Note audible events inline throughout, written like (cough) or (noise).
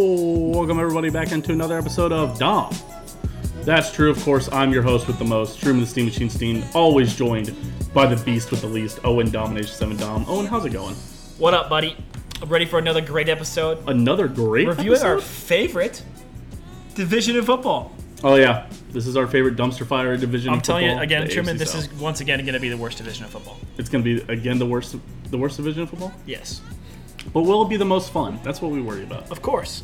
Welcome everybody back into another episode of Dom. That's true, of course. I'm your host with the most, Truman the Steam Machine Steam, always joined by the beast with the least, Owen Domination 7 Dom. Owen, how's it going? What up, buddy? I'm ready for another great episode. Another great Reviewing our episode? favorite division in football. Oh yeah, this is our favorite dumpster fire division. I'm in telling you football, again, the Truman, AFC this South. is once again going to be the worst division of football. it's going to be again the worst the worst division of football. Yes. But will it be the most fun? That's what we worry about. Of course.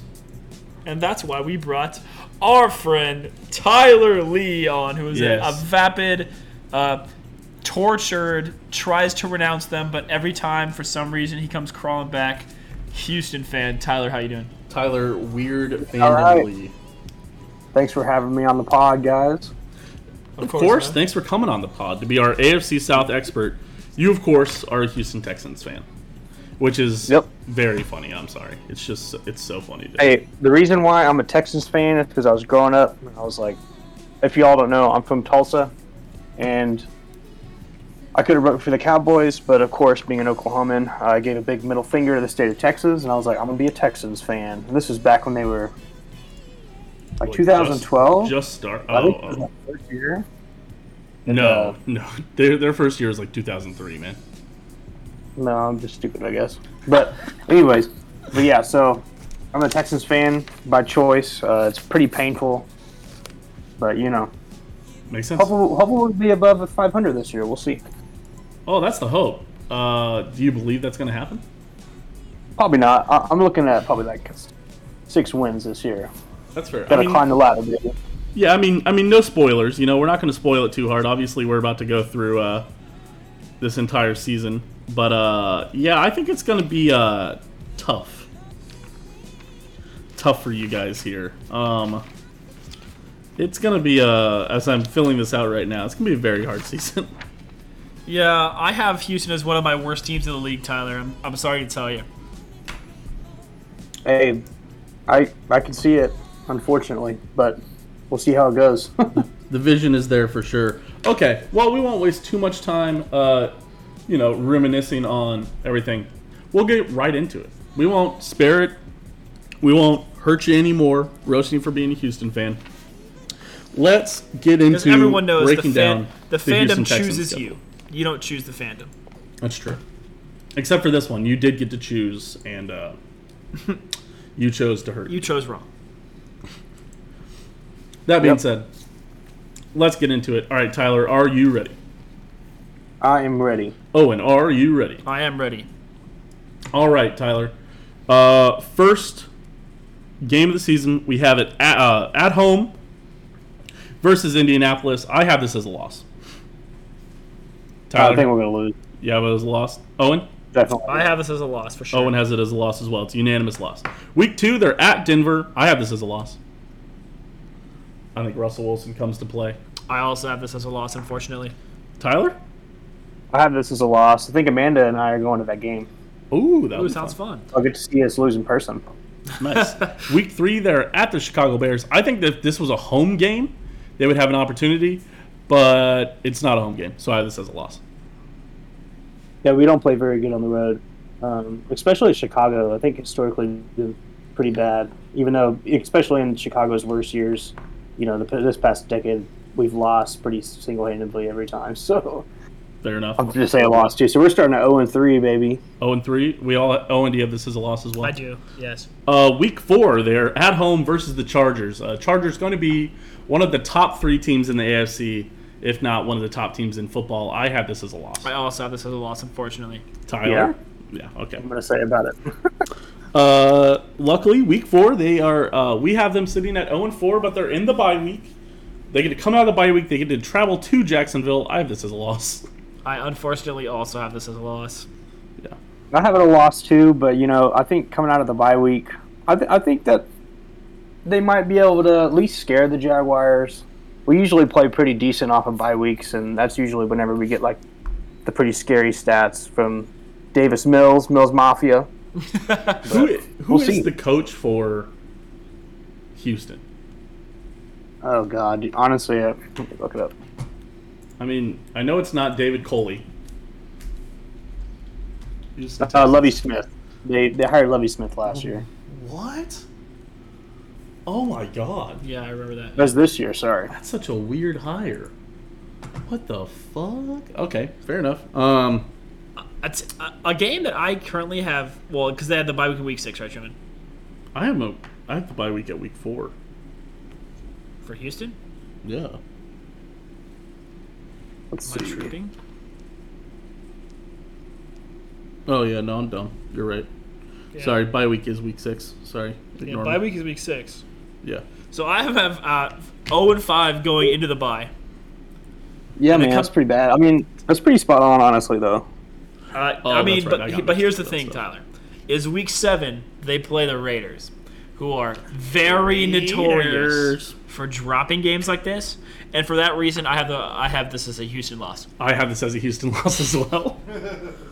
And that's why we brought our friend Tyler Lee on, who is a- Yes. a, vapid, uh, tortured, tries to renounce them, but every time, for some reason, he comes crawling back. Houston fan, Tyler, how you doing? Tyler Weird Van All right. Thanks for having me on the pod, guys. Of course, man. thanks for coming on the pod to be our AFC South expert. You, of course, are a Houston Texans fan, which is Yep. very funny. I'm sorry. It's just, it's so funny. To Hey, the reason why I'm a Texans fan is because I was growing up and I was like, if y'all don't know, I'm from Tulsa, and I could have run for the Cowboys, but of course, being an Oklahoman, I gave a big middle finger to the state of Texas, and I was like, I'm gonna be a Texans fan. And this is back when they were like Like, 2012. Just, just start. I Oh, think uh, it was oh. my first year. no, no. (laughs) Their, their first year was like 2003, man. No, I'm just stupid, I guess. But, anyways, but yeah, so I'm a Texans fan by choice. Uh, it's pretty painful, but you know, Makes sense. hopefully, hopefully we'll be above 500 this year. We'll see. Oh, that's the hope. Uh, do you believe that's going to happen? Probably not. I- I'm looking at probably like six wins this year. That's fair. Gotta I mean, climb the ladder, baby. yeah, I mean, I mean, no spoilers. You know, we're not going to spoil it too hard. Obviously, we're about to go through uh, this entire season, but uh, yeah, I think it's going to be uh, tough, tough for you guys here. Um, it's going to be uh, as I'm filling this out right now. It's going to be a very hard (laughs) season. Yeah, I have Houston as one of my worst teams in the league, Tyler. I'm, I'm sorry to tell you. Hey, I I can see it, unfortunately, but we'll see how it goes. (laughs) the vision is there for sure. Okay, well, we won't waste too much time, uh, you know, reminiscing on everything. We'll get right into it. We won't spare it. We won't hurt you anymore, roasting you for being a Houston fan. Let's get Because into everyone knows the, breaking fan, down the Houston fandom Texans chooses schedule. you. You don't choose the fandom. That's true. Except for this one, you did get to choose, and uh, (laughs) you chose to hurt. You chose wrong. that being Yep. said, let's get into it. All right, Tyler, are you ready? I am ready. Owen, are you ready? I am ready. All right, Tyler. Uh, first game of the season, we have it at, uh, at home versus Indianapolis. I have this as a loss. I think Tyler, we're gonna lose. you have it as a loss. Owen, Definitely. I have this as a loss for sure. Owen has it as a loss as well. It's a unanimous loss. Week two, they're at Denver. I have this as a loss. I think Russell Wilson comes to play. I also have this as a loss, unfortunately. Tyler, I have this as a loss. I think Amanda and I are going to that game. ooh, that Ooh, was sounds fun. I'll get to see us lose in person. Nice. (laughs) Week three, they're at the Chicago Bears. I think that if this was a home game, they would have an opportunity, but it's not a home game, so I have this as a loss. Yeah, we don't play very good on the road, um, especially Chicago. I think historically we've been pretty bad. Even though, especially in Chicago's worst years, you know, the, this past decade we've lost pretty single-handedly every time. (laughs) So Fair enough. I'm just saying a loss too. So we're starting at zero and three, baby. Oh and three. We all oh and do you have this as a loss as well? I do, yes. Uh, week four, they're at home versus the Chargers. Uh, Chargers going to be one of the top three teams in the AFC, if not one of the top teams in football. I have this as a loss. I also have this as a loss, unfortunately. Tyler. Yeah. Okay. I'm gonna say about it. (laughs) Uh, luckily, week four, they are. Uh, we have them sitting at 0 and 4, but they're in the bye week. They get to come out of the bye week. They get to travel to Jacksonville. I have this as a loss. I unfortunately also have this as a loss. I have it a loss too, but you know, I think coming out of the bye week, I, th- I think that they might be able to at least scare the Jaguars. We usually play pretty decent off of bye weeks, and that's usually whenever we get like the pretty scary stats from Davis Mills, Mills Mafia. (laughs) Who, who is we'll see. the coach for Houston? Oh God, dude, honestly, uh, let me look it up. I mean, I know it's not David Coley. You just- Uh, Lovey Smith. They they hired Lovey Smith last year. what? Oh my god. Yeah, I remember that. That's this year. Sorry. That's such a weird hire. What the fuck? Okay, fair enough. Um, That's a, Uh, a game that I currently have. Well, because they had the bye week in week six, right, Truman? I am a I have the bye week at week four. For Houston, Yeah. Let's am I see. tripping? Oh yeah, no, I'm dumb. You're right. Yeah. Sorry, bye week is week six. Sorry, Yeah, ignore bye me. week is week six. Yeah. So I have uh, 0 and 5 going into the bye. Yeah, it man, comes- that's pretty bad. I mean, that's pretty spot on, honestly, though. Uh, Oh, I that's mean, right. but, I got he- but mixed here's the up with that thing, stuff. Tyler. Is week seven they play the Raiders, who are very notorious Raiders. for dropping games like this, and for that reason, I have the I have this as a Houston loss. I have this as a Houston (laughs) loss as well.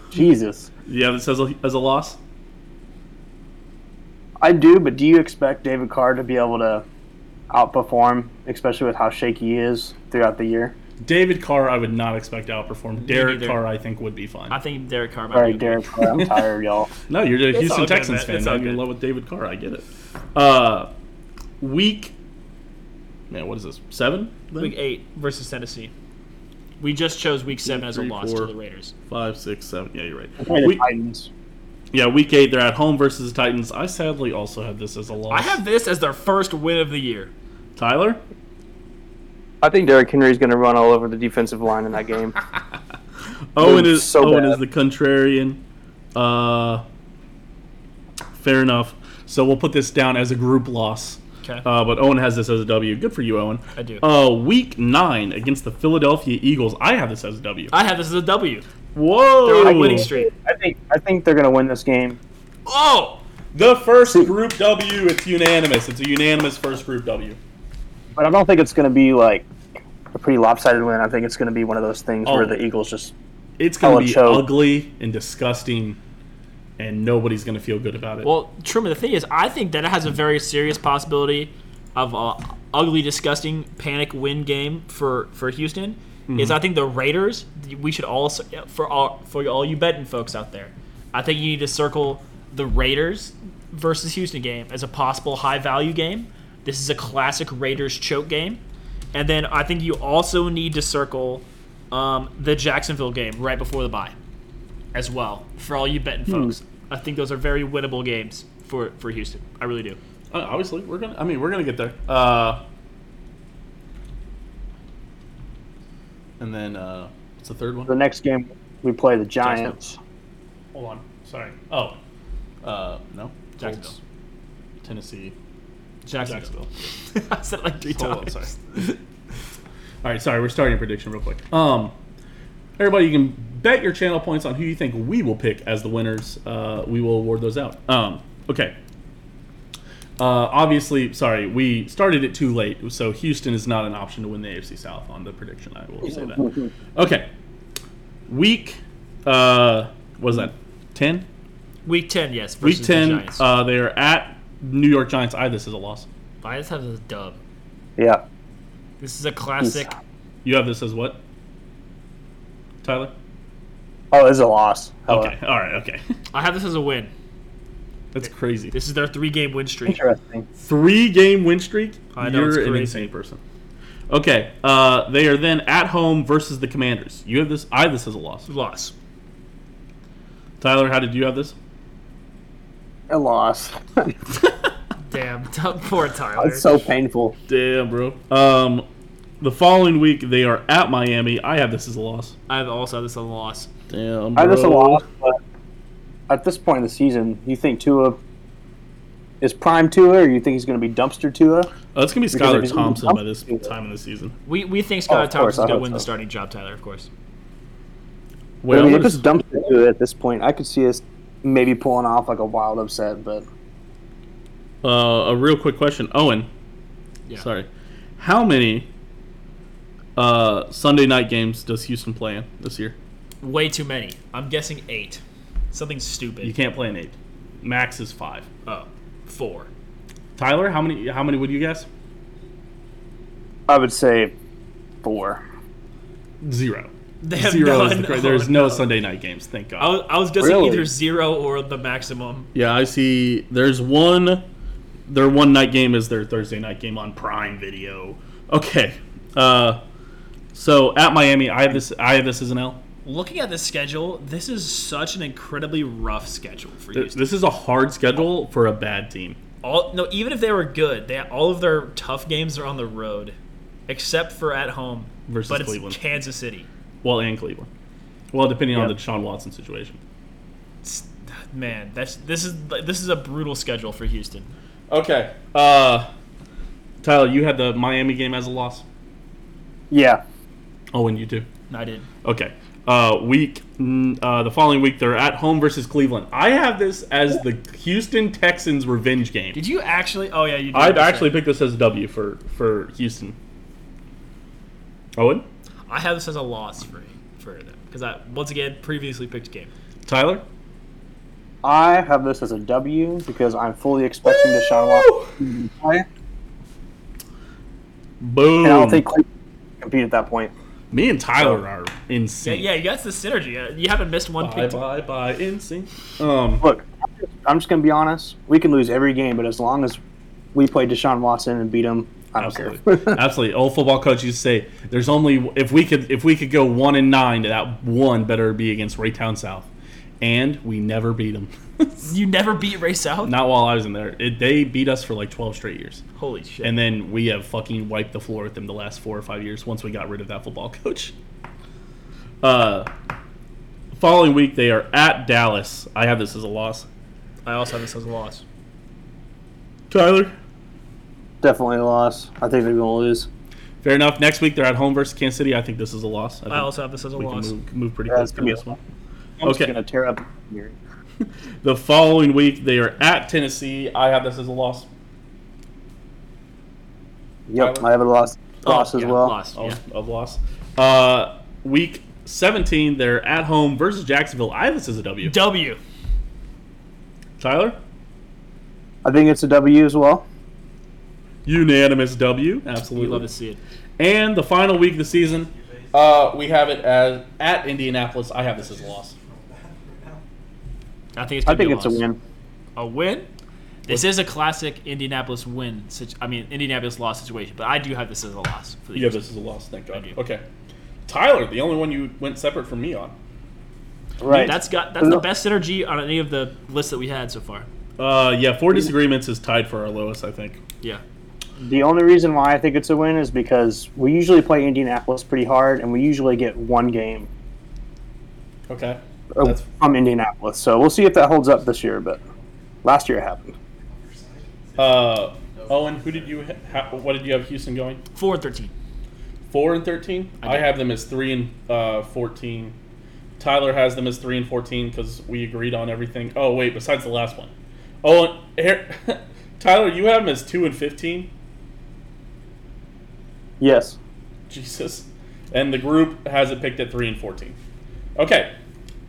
Jesus. yeah, this as a, as a loss. I do, but do you expect David Carr to be able to outperform, especially with how shaky he is throughout the year? David Carr, I would not expect to outperform. Derek neither. Carr, I think, would be fine. I think Derek Carr might All be right, Derek Carr, (laughs) I'm tired, y'all. No, you're a all Houston good, Texans man. fan. It's all man. You're in good. love with David Carr. I get it. Uh, week. Man, what is this? Seven? then? week eight versus Tennessee. We just chose week seven as a three, loss to four. the Raiders. Five, six, seven. Yeah, you're Play right. the Week, Titans. yeah, week eight. They're at home versus the Titans. I sadly also have this as a loss. I have this as their first win of the year. Tyler. I think Derrick Henry's going to run all over the defensive line in that game. Owen Dude, is so Owen bad. is the contrarian. Uh, fair enough. So we'll put this down as a group loss. Okay, Uh, but Owen has this as a W. Good for you, Owen. I do. Uh, week nine against the Philadelphia Eagles. I have this as a W. I have this as a W. Whoa! They're on a winning streak. I think I think they're gonna win this game. Oh, The first group W, it's unanimous. It's a unanimous first group W. But I don't think it's going to be like a pretty lopsided win. I think it's going to be one of those things Oh. where the Eagles just It's going I'll to be choke. ugly and disgusting, and nobody's going to feel good about it. Well, Truman, the thing is, I think that it has a very serious possibility of a ugly, disgusting panic win game for for Houston. Is I think the Raiders. We should all for all for all you betting folks out there. I think you need to circle the Raiders versus Houston game as a possible high value game. This is a classic Raiders choke game, and then I think you also need to circle um, the Jacksonville game right before the bye as well for all you Hmm. betting folks. I think those are very winnable games for, for Houston. I really do. Uh, obviously, we're gonna. I mean, we're gonna get there. Uh, and then uh, what's the third the one? next game we play the Giants. Hold on. Sorry. Oh, uh, no. Jacksonville. Colts, Tennessee. Jacksonville. Jacksonville. (laughs) I said it like three Hold on, times. sorry. All right, sorry. We're starting a prediction real quick. Um, everybody, you can bet your channel points on who you think we will pick as the winners. Uh, we will award those out. Um, okay. Uh, obviously, sorry, we started it too late, so Houston is not an option to win the AFC South on the prediction. I will say that. Okay. Week, uh, what is that? Ten. Week 10, yes. Versus Week ten. The Giants. uh, they are at New York Giants. I this is a loss. I just have this dub. Yeah, This is a classic. You have this as what? Tyler. oh, it's a loss. Hello. Okay. All right. Okay. (laughs) I have this as a win. That's crazy. This is their three game (laughs) win streak. interesting. Three game win streak. I know, it's You're an crazy. insane person. Okay. Uh, they are then at home versus the Commanders. You have this. I have this as a loss. (laughs) Loss. Tyler, how did you have this? A loss. (laughs) Damn. (laughs) Poor Tyler. it's so painful. Damn, bro. Um, the following week they are at Miami. I have this as a loss. I have also have this as a loss. Damn, I just a loss, but at this point in the season, you think Tua is prime Tua, or you think he's going to be dumpster Tua? Oh, it's gonna be Because if Skylar he's- Thompson by this time of the season. We, we think Scott of Thompson's course, I going to hope win the so. starting job, Tyler, of course. Wait, I mean, I'm if gonna- it's dumpster Tua at this point, I could see us maybe pulling off like a wild upset. But uh, a real quick question, Owen. Yeah. Sorry, how many uh, Sunday night games does Houston play in this year? Way too many. I'm guessing eight. Something stupid. You can't play an eight. Max is five. Oh, four. (laughs) Tyler, how many? How many would you guess? I would say four. Zero. They have Zero is none. the cra- (laughs) Oh, There's no, Sunday night games. Thank God. I was, I was guessing Really? either zero or the maximum. yeah, I see. There's one their one night game is their Thursday night game on Prime Video. Okay. Uh, so at Miami, I have this. I have this as an L. Looking at the schedule, this is such an incredibly rough schedule for Th- Houston. This is a hard schedule for a bad team. All, no, even if they were good, they all of their tough games are on the road, except for at home Versus but it's Cleveland. Kansas City. Well, and Cleveland. Well, depending on the Yeah. Deshaun Watson situation. It's- man, that's this is this is a brutal schedule for Houston. Okay. Uh, Tyler, you had the Miami game as a loss. Yeah. Oh, and you too. I did. Okay. Uh, week mm, uh, the following week they're at home versus Cleveland. I have this as the Houston Texans revenge game. Did you actually? Oh yeah, you did. I'd That's actually right. pick this as a W for for Houston. Owen, I have this as a loss for for them because I once again previously picked a game. Tyler. I have this as a W because I'm fully expecting Deshaun Watson to play, Boom. Hmm. and I don't think Cleveland can compete at that point. Me and Tyler are Yeah, insane. yeah, you got the synergy. Uh, You haven't missed one Bye pick. bye bye insane. (laughs) Um. Look, I'm just- I'm just gonna be honest. We can lose every game, but as long as we play Deshaun Watson and beat him, I don't Absolutely, care. (laughs) absolutely. Old football coaches say there's only if we could if we could go one and nine, that one better be against Raytown South, and we never beat them. (laughs) You never beat Ray South. Not while I was in there. It, they beat us for like 12 straight years, Holy shit! and then we have fucking wiped the floor with them the last four or five years. Once we got rid of that football (laughs) coach. Uh, following week they are at Dallas. I have this as a loss. I also have this as a loss. Tyler, Definitely a loss. I think they're gonna lose. fair enough. Next week they're at home versus Kansas City. I think this is a loss. think I also have this as a we can loss. move, move pretty Yeah, close it's to gonna be a this one. loss. I'm just Okay. gonna tear up. here. The following week, they are at Tennessee. I have this as a loss. Yep, I have a loss. Loss Oh, as yeah, well. Loss. Oh, yeah. Of loss. Uh, week 17, they're at home versus Jacksonville. I have this as a W. W. Tyler? I think it's a W as well. Unanimous W. We Absolutely. love to see it. And the final week of the season, uh, we have it as at Indianapolis. I have this as a loss. I think it's. I gonna think be it's a loss. win. A win. This is a classic Indianapolis win. Situ- I mean, Indianapolis loss situation. But I do have this as a loss. For the You have Houston. this as a loss. Thank God. I do. Okay. Tyler, the only one you went separate from me on. Right. That's got that's the best synergy on any of the lists that we had so far. Uh, yeah, four disagreements is tied for our lowest, I think. Yeah. The only reason why I think it's a win is because we usually play Indianapolis pretty hard, and we usually get one game Okay. uh, That's- from Indianapolis. So we'll see if that holds up this year. But last year it happened. Uh, Owen, who did you ha- ha- what did you have Houston going? Four and thirteen. Four and thirteen. I, did. have them as three and uh, fourteen. Tyler has them as three and fourteen because we agreed on everything. Oh wait, besides the last one. Oh, and here, (laughs) Tyler, you have them as two and fifteen. Yes. Jesus, and the group has it picked at three and fourteen. Okay,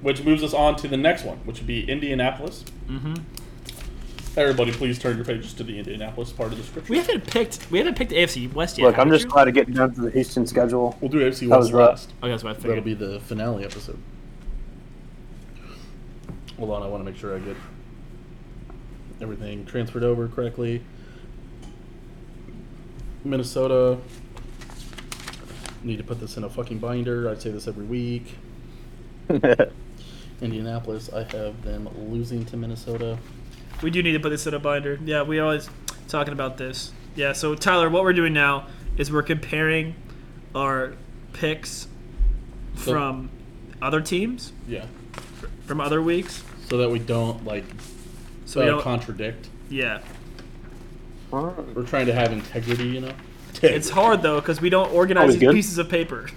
which moves us on to the next one, which would be Indianapolis. Mm-hmm. Everybody, please turn your pages to the Indianapolis part of the scripture. We haven't picked we haven't picked the AFC West yet. Look, I'm haven't just you? glad to get down to the Houston schedule. We'll do AFC That West was rough. last. Okay, that's what I figured. That'll be the finale episode. Hold on, I want to make sure I get everything transferred over correctly. Minnesota. Need to put this in a fucking binder. I say this every week. (laughs) Indianapolis, I have them losing to Minnesota. We do need to put this in a binder. Yeah, we always talking about this. Yeah, so Tyler, what we're doing now is we're comparing our picks So- from other teams Yeah. from other weeks. So that we don't, like, So uh, we don't, contradict. yeah. We're trying to have integrity, you know? It's hard though because we don't organize Always these good. pieces of paper,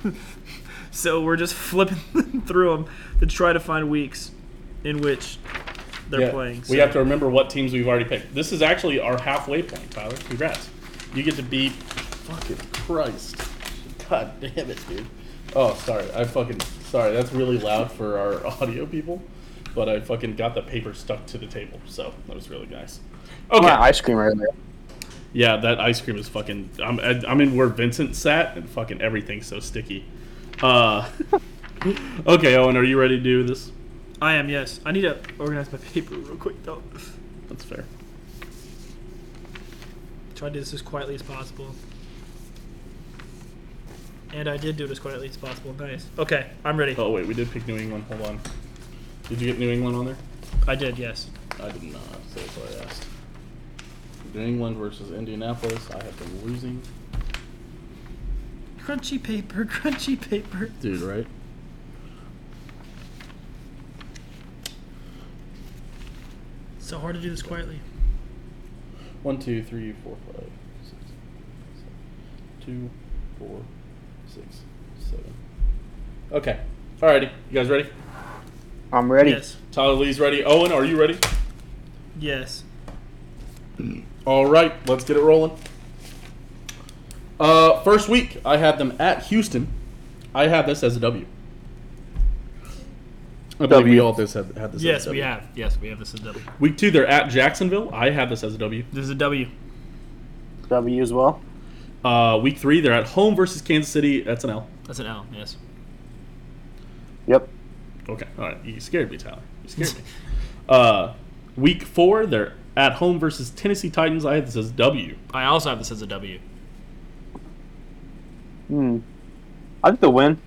(laughs) so we're just flipping (laughs) through them to try to find weeks in which they're Yeah, playing. We so- have to remember what teams we've already picked. This is actually our halfway point, Tyler. Congrats. You get to beat. Fucking Christ. God damn it, dude. Oh, sorry. I fucking. Sorry, that's really loud for our (laughs) audio people. But I fucking got the paper stuck to the table, so that was really nice. Okay. My ice cream right there. Yeah, that ice cream is fucking. I'm, I'm in where Vincent sat, and fucking everything's so sticky. Uh, (laughs) okay, Owen, are you ready to do this? I am yes. I need to organize my paper real quick though. That's fair. Try to do this as quietly as possible. And I did do it as quietly as possible. Nice. Okay, I'm ready. Oh wait, we did pick New England. Hold on. Did you get New England on there? I did, yes. I did not. So that's why I asked. New England versus Indianapolis. I have been losing, Crunchy paper, (laughs) crunchy paper. dude. Right? It's so hard to do this quietly. One, two, three, four, five, six, seven, two, four, six, seven. Okay. Alrighty. You guys ready? I'm ready. Yes. Tyler Lee's ready. Owen, are you ready? Yes. All right, let's get it rolling. Uh, first week, I had them at Houston. I had this as a W. I believe we W. all this had, had this. as Yes, a W. we have. Yes, we have. This is a W. Week two, they're at Jacksonville. I had this as a W. This is a W. W as well. Uh, week three, they're at home versus Kansas City. That's an L. That's an L. (laughs) Yes. Yep. Okay, all right. You scared me, Tyler. You scared (laughs) me. Uh, week four, they're at home versus Tennessee Titans. I had this as a W. I also have this as a W. Hmm. I think the win.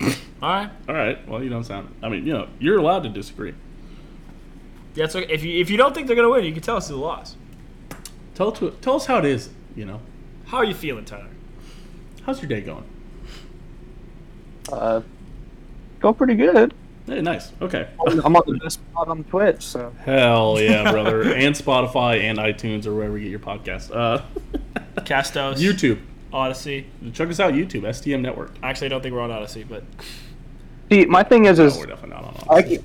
All right. All right. Well, you don't sound. I mean, you know, you're allowed to disagree. Yeah, it's okay. If you if you don't think they're gonna win, you can tell us it's a loss. Tell to, tell us how it is. You know, How are you feeling, Tyler? how's your day going? Uh, go pretty good. Hey, nice. Okay. I'm on the best spot on Twitch, so (laughs) Hell yeah, brother. and Spotify and iTunes or wherever you get your podcast. Uh, Castos. YouTube. Odyssey. Check us out, YouTube, STM Network. Actually, I don't think we're on Odyssey, but see, my thing is, No, is Oh, we're definitely not on. I, Odyssey. like-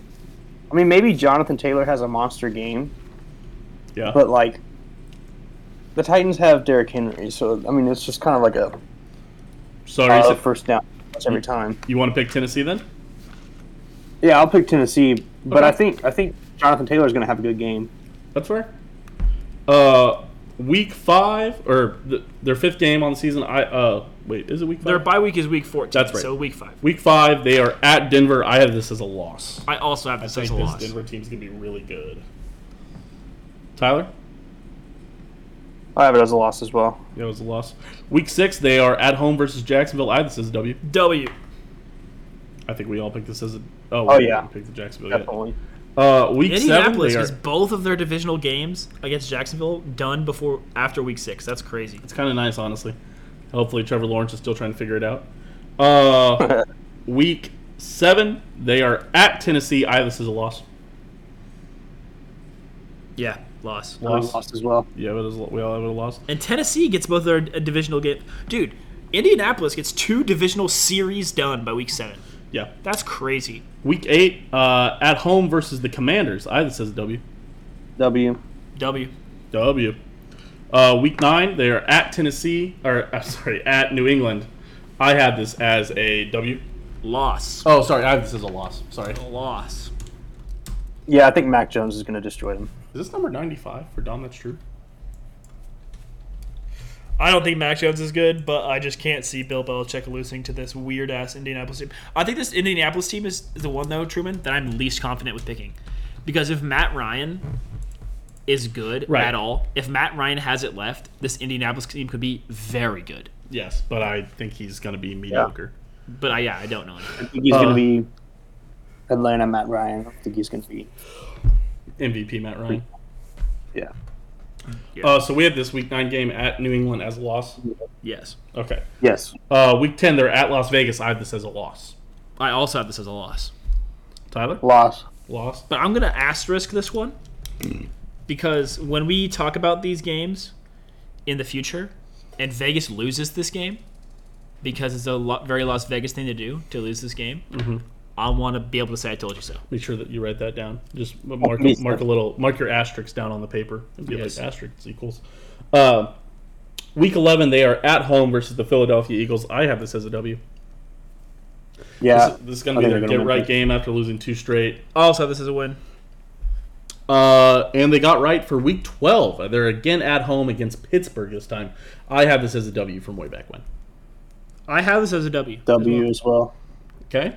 I mean, maybe Jonathan Taylor has a monster game, Yeah. but like, the Titans have Derrick Henry, so I mean, it's just kind of like a Sorry, uh, so first down every time. you want to pick Tennessee then? Yeah, I'll pick Tennessee, but Okay. I think I think Jonathan Taylor's going to have a good game. That's fair. Uh, week five or th- their fifth game on the season. I uh, wait, is it week five? their bye week is week 14. That's right. So week five. week five. They are at Denver. I have this as a loss. I also have this I as think a this loss. Denver team's gonna be really good. Tyler, I have it as a loss as well. that was a loss. Week six, they are at home versus Jacksonville. I have this as a W. W. I think we all picked this as a. Oh, Oh, we yeah. didn't pick the Jacksonville. Yet. Definitely. (laughs) Uh, week seven, Indianapolis they are, has both of their divisional games against Jacksonville done before after week six. That's crazy. it's kind of nice, honestly. Hopefully, Trevor Lawrence is still trying to figure it out. Uh, week seven, they are at Tennessee. I this is a loss. Yeah, loss. I Loss. lost as well. Yeah, but it was, we all have a loss. And Tennessee gets both their uh, divisional game. Dude, Indianapolis gets two divisional series done by week seven. Yeah. That's crazy. Week eight, uh, at home versus the Commanders. I this is a W. W. W. W. Uh, week nine, they are at Tennessee, or (laughs) uh, sorry, at New England. I had this as a W. Loss. Oh, sorry, I have this as a loss. Sorry. Is Loss. Yeah, I think Mac Jones is going to destroy them. this number 95 for Dom? That's true. I don't think Mac Jones is good, but I just can't see Bill Belichick losing to this weird ass Indianapolis team. I think this Indianapolis team is the one though, Truman, that I'm least confident with picking. Because if Matt Ryan is good Right. at all, if Matt Ryan has it left, this Indianapolis team could be very good. Yes, but I think he's going to be mediocre. But I, yeah, I don't know. I think he's Uh, going to be Atlanta Matt Ryan. I don't think he's going to be. MVP Matt Ryan. Yeah. Uh, so we have this week nine game at New England as a loss. Yes. Okay. Yes. Uh, week 10, they're at Las Vegas. I have this as a loss. I also have this as a loss. Tyler? Loss. Loss. But I'm gonna asterisk this one because when we talk about these games in the future, and Vegas loses this game because it's a lo- very Las Vegas thing to do to lose this game, I want to be able to say I told you so. Make sure that you write that down. Just mark Please. mark a little mark your asterisks down on the paper. It'd be Yes. like asterisks equals. Uh, week eleven, they are at home versus the Philadelphia Eagles. I have this as a W. Yeah. This, this is going to Uh, I be think their they're get gonna win. right game after losing two straight. I also have this as a win. Uh, and they got right for week twelve. They're again at home against Pittsburgh this time. I have this as a W from way back when. I have this as a W. W as well. Okay.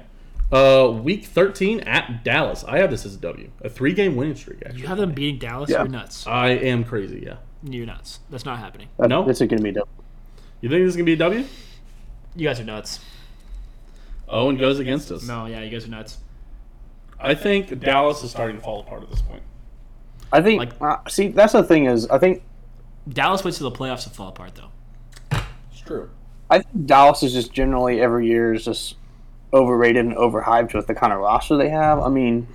Uh, week thirteen at Dallas. I have this as a W. A three game winning streak. Actually, You have them beating Dallas? You're nuts. I am crazy. Yeah. You're nuts. That's not happening. That- No. Uh, this is gonna be dope. You think this is gonna be a W? You guys are nuts. Owen goes against us. No, yeah, you guys are nuts. I think Dallas is starting to fall apart at this point. I think. Like- uh, see, that's the thing is, I think Dallas went to the playoffs to fall apart though. It's true. I think Dallas is just generally every year is just overrated and overhyped with the kind of roster they have. I mean,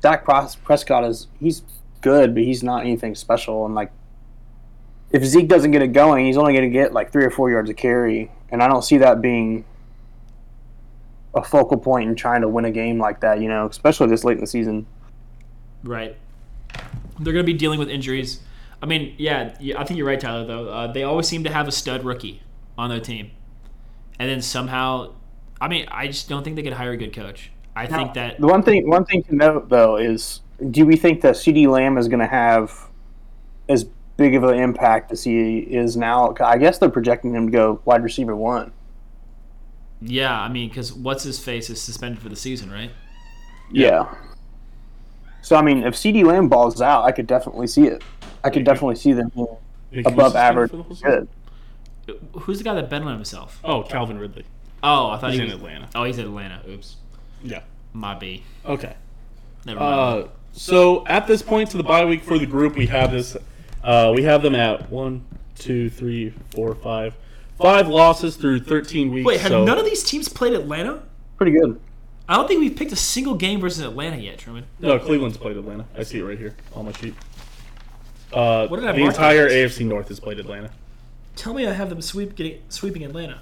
Dak Pres- Prescott is he's good, but he's not anything special. And like, if Zeke doesn't get it going, he's only going to get like three or four yards of carry, and I don't see that being a focal point in trying to win a game like that. You know, especially this late in the season. Right. They're going to be dealing with injuries. I mean, yeah, yeah, I think you're right, Tyler. Though uh, they always seem to have a stud rookie on their team, and then somehow, I mean, I just don't think they could hire a good coach. I think that The one thing one thing to note though is do we think that CD Lamb is going to have as big of an impact as he is now? I guess they're projecting him to go wide receiver one. Yeah, I mean, because what's his face is suspended for the season, right? Yeah. So I mean, if CD Lamb balls out, I could definitely see it. I could definitely see them being above average. Good. Who's the guy that bet on himself? Oh, Calvin Ridley. Oh, I thought He's he in was. Atlanta. Oh, he's in Atlanta. Oops, Yeah. my B. Okay. Never mind. Uh, so at this point to the bye week for the group, we have this. Uh, we have them at one, two, three, four, five, five losses through 13 weeks. Wait, have so none of these teams played Atlanta? Pretty good. I don't think we've picked a single game versus Atlanta yet, Truman. no Cleveland's played Atlanta. I see it right here on my sheet. Uh, What did I the mark entire on AFC North has played Atlanta. Tell me, I have them sweep getting, sweeping Atlanta.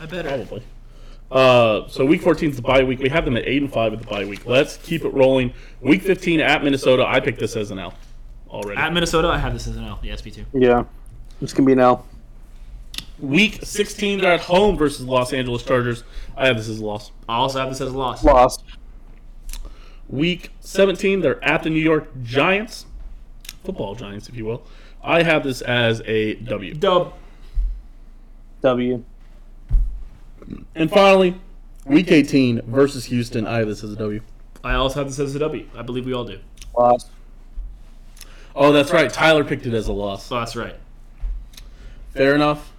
I better. Probably. Uh, so week 14 is the bye week. We have them at eight and five at the bye week. Let's keep it rolling. Week 15 at Minnesota. I picked this as an L already. At Minnesota, I have this as an L. Yes, me too. Yeah. It's gonna be an L. week 16 they're at home versus Los Angeles Chargers. I have this as a loss. I also have this as a loss. Lost. Week 17 they're at the New York Giants, football Giants, if you will. I have this as a W. Dub. W. And finally, week 18 versus Houston. I have this as a W. I also have this as a W. I believe we all do. Lost. Oh, that's right. Tyler picked it as a loss. So Oh, that's right. Fair enough.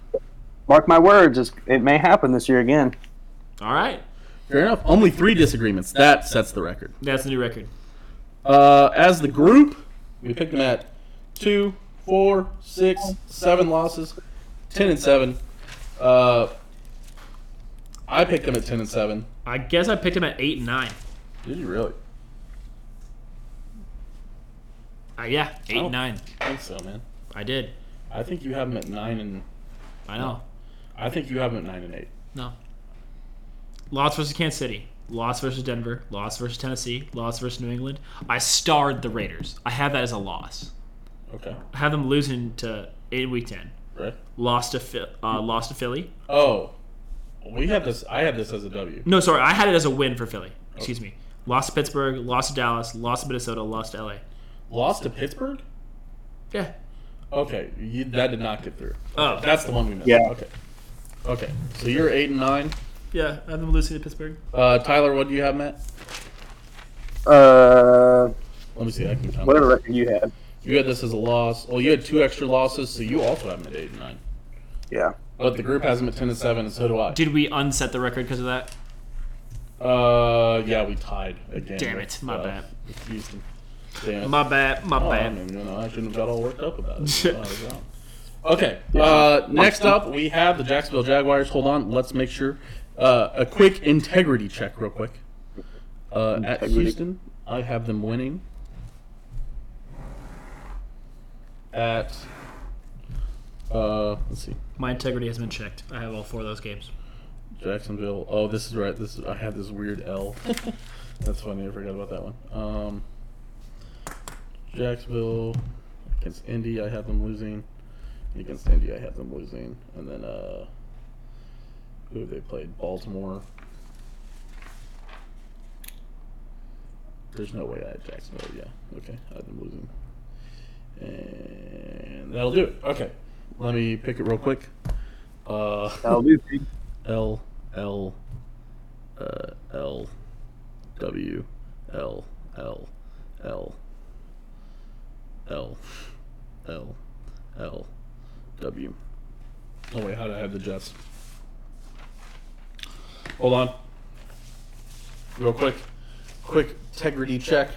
Mark my words. It's, it may happen this year again. All right. Fair enough. Only three disagreements. That sets the record. That's the new record. Uh, as the group, we picked them at two, four, six, seven losses, ten and seven. Uh, I picked them at ten and seven. I guess I picked him at eight and nine. Did you really? Uh, yeah, eight Oh. and nine. I think so, man. I did. I think you have them at nine and. I know. I think you have them at nine and eight. No. Loss versus Kansas City. Loss versus Denver. Loss versus Tennessee. Loss versus New England. I starred the Raiders. I have that as a loss. Okay. I have them losing to in week ten. Right. Lost to Phil- uh, lost to Philly. Oh, we had this. I had this as a W. No, sorry, I had it as a win for Philly. Oh. Excuse me. Lost to Pittsburgh. Lost to Dallas. Lost to Minnesota. Lost to LA. Lost to Pittsburgh. Yeah. Okay, you, that did not get through. Oh. That's the one we missed. Yeah. Okay. Okay. So you're eight and nine. Yeah, I have them losing to Pittsburgh. Uh, Tyler, what do you have, Matt? Uh, Let me see. I can count. whatever record you had. You had this as a loss. Well, you had two extra losses, so you also have them at eight and nine. Yeah. But the group has them at ten and seven, and so do I. Did we unset the record because of that? Uh, yeah, we tied again. Damn with, it, my uh, bad. with Houston. Damn it. My bad. My Oh, I, bad. mean, you know, I shouldn't have got all worked up about (laughs) it. Oh, yeah. okay. Uh, next up, we have the Jacksonville Jaguars. Hold on, let's make sure. Uh, a quick integrity check, real quick. Uh, at Integrity. Houston, I have them winning. At uh, let's see, My integrity has been checked. I have all four of those games. Jacksonville. Oh, this is right. This is, I have this weird L. That's funny. I forgot about that one. Um, Jacksonville against Indy, I have them losing. Against Indy, I have them losing. And then uh, who have they played? Baltimore. There's no way I had Jacksonville. Yeah. Okay, I had them losing. And that'll do it. Okay, let me pick it real quick. Uh, That'll be big. L L uh, L W L L L L L L W. Oh wait, how did I have the Jets? Hold on. Real quick. Quick integrity check.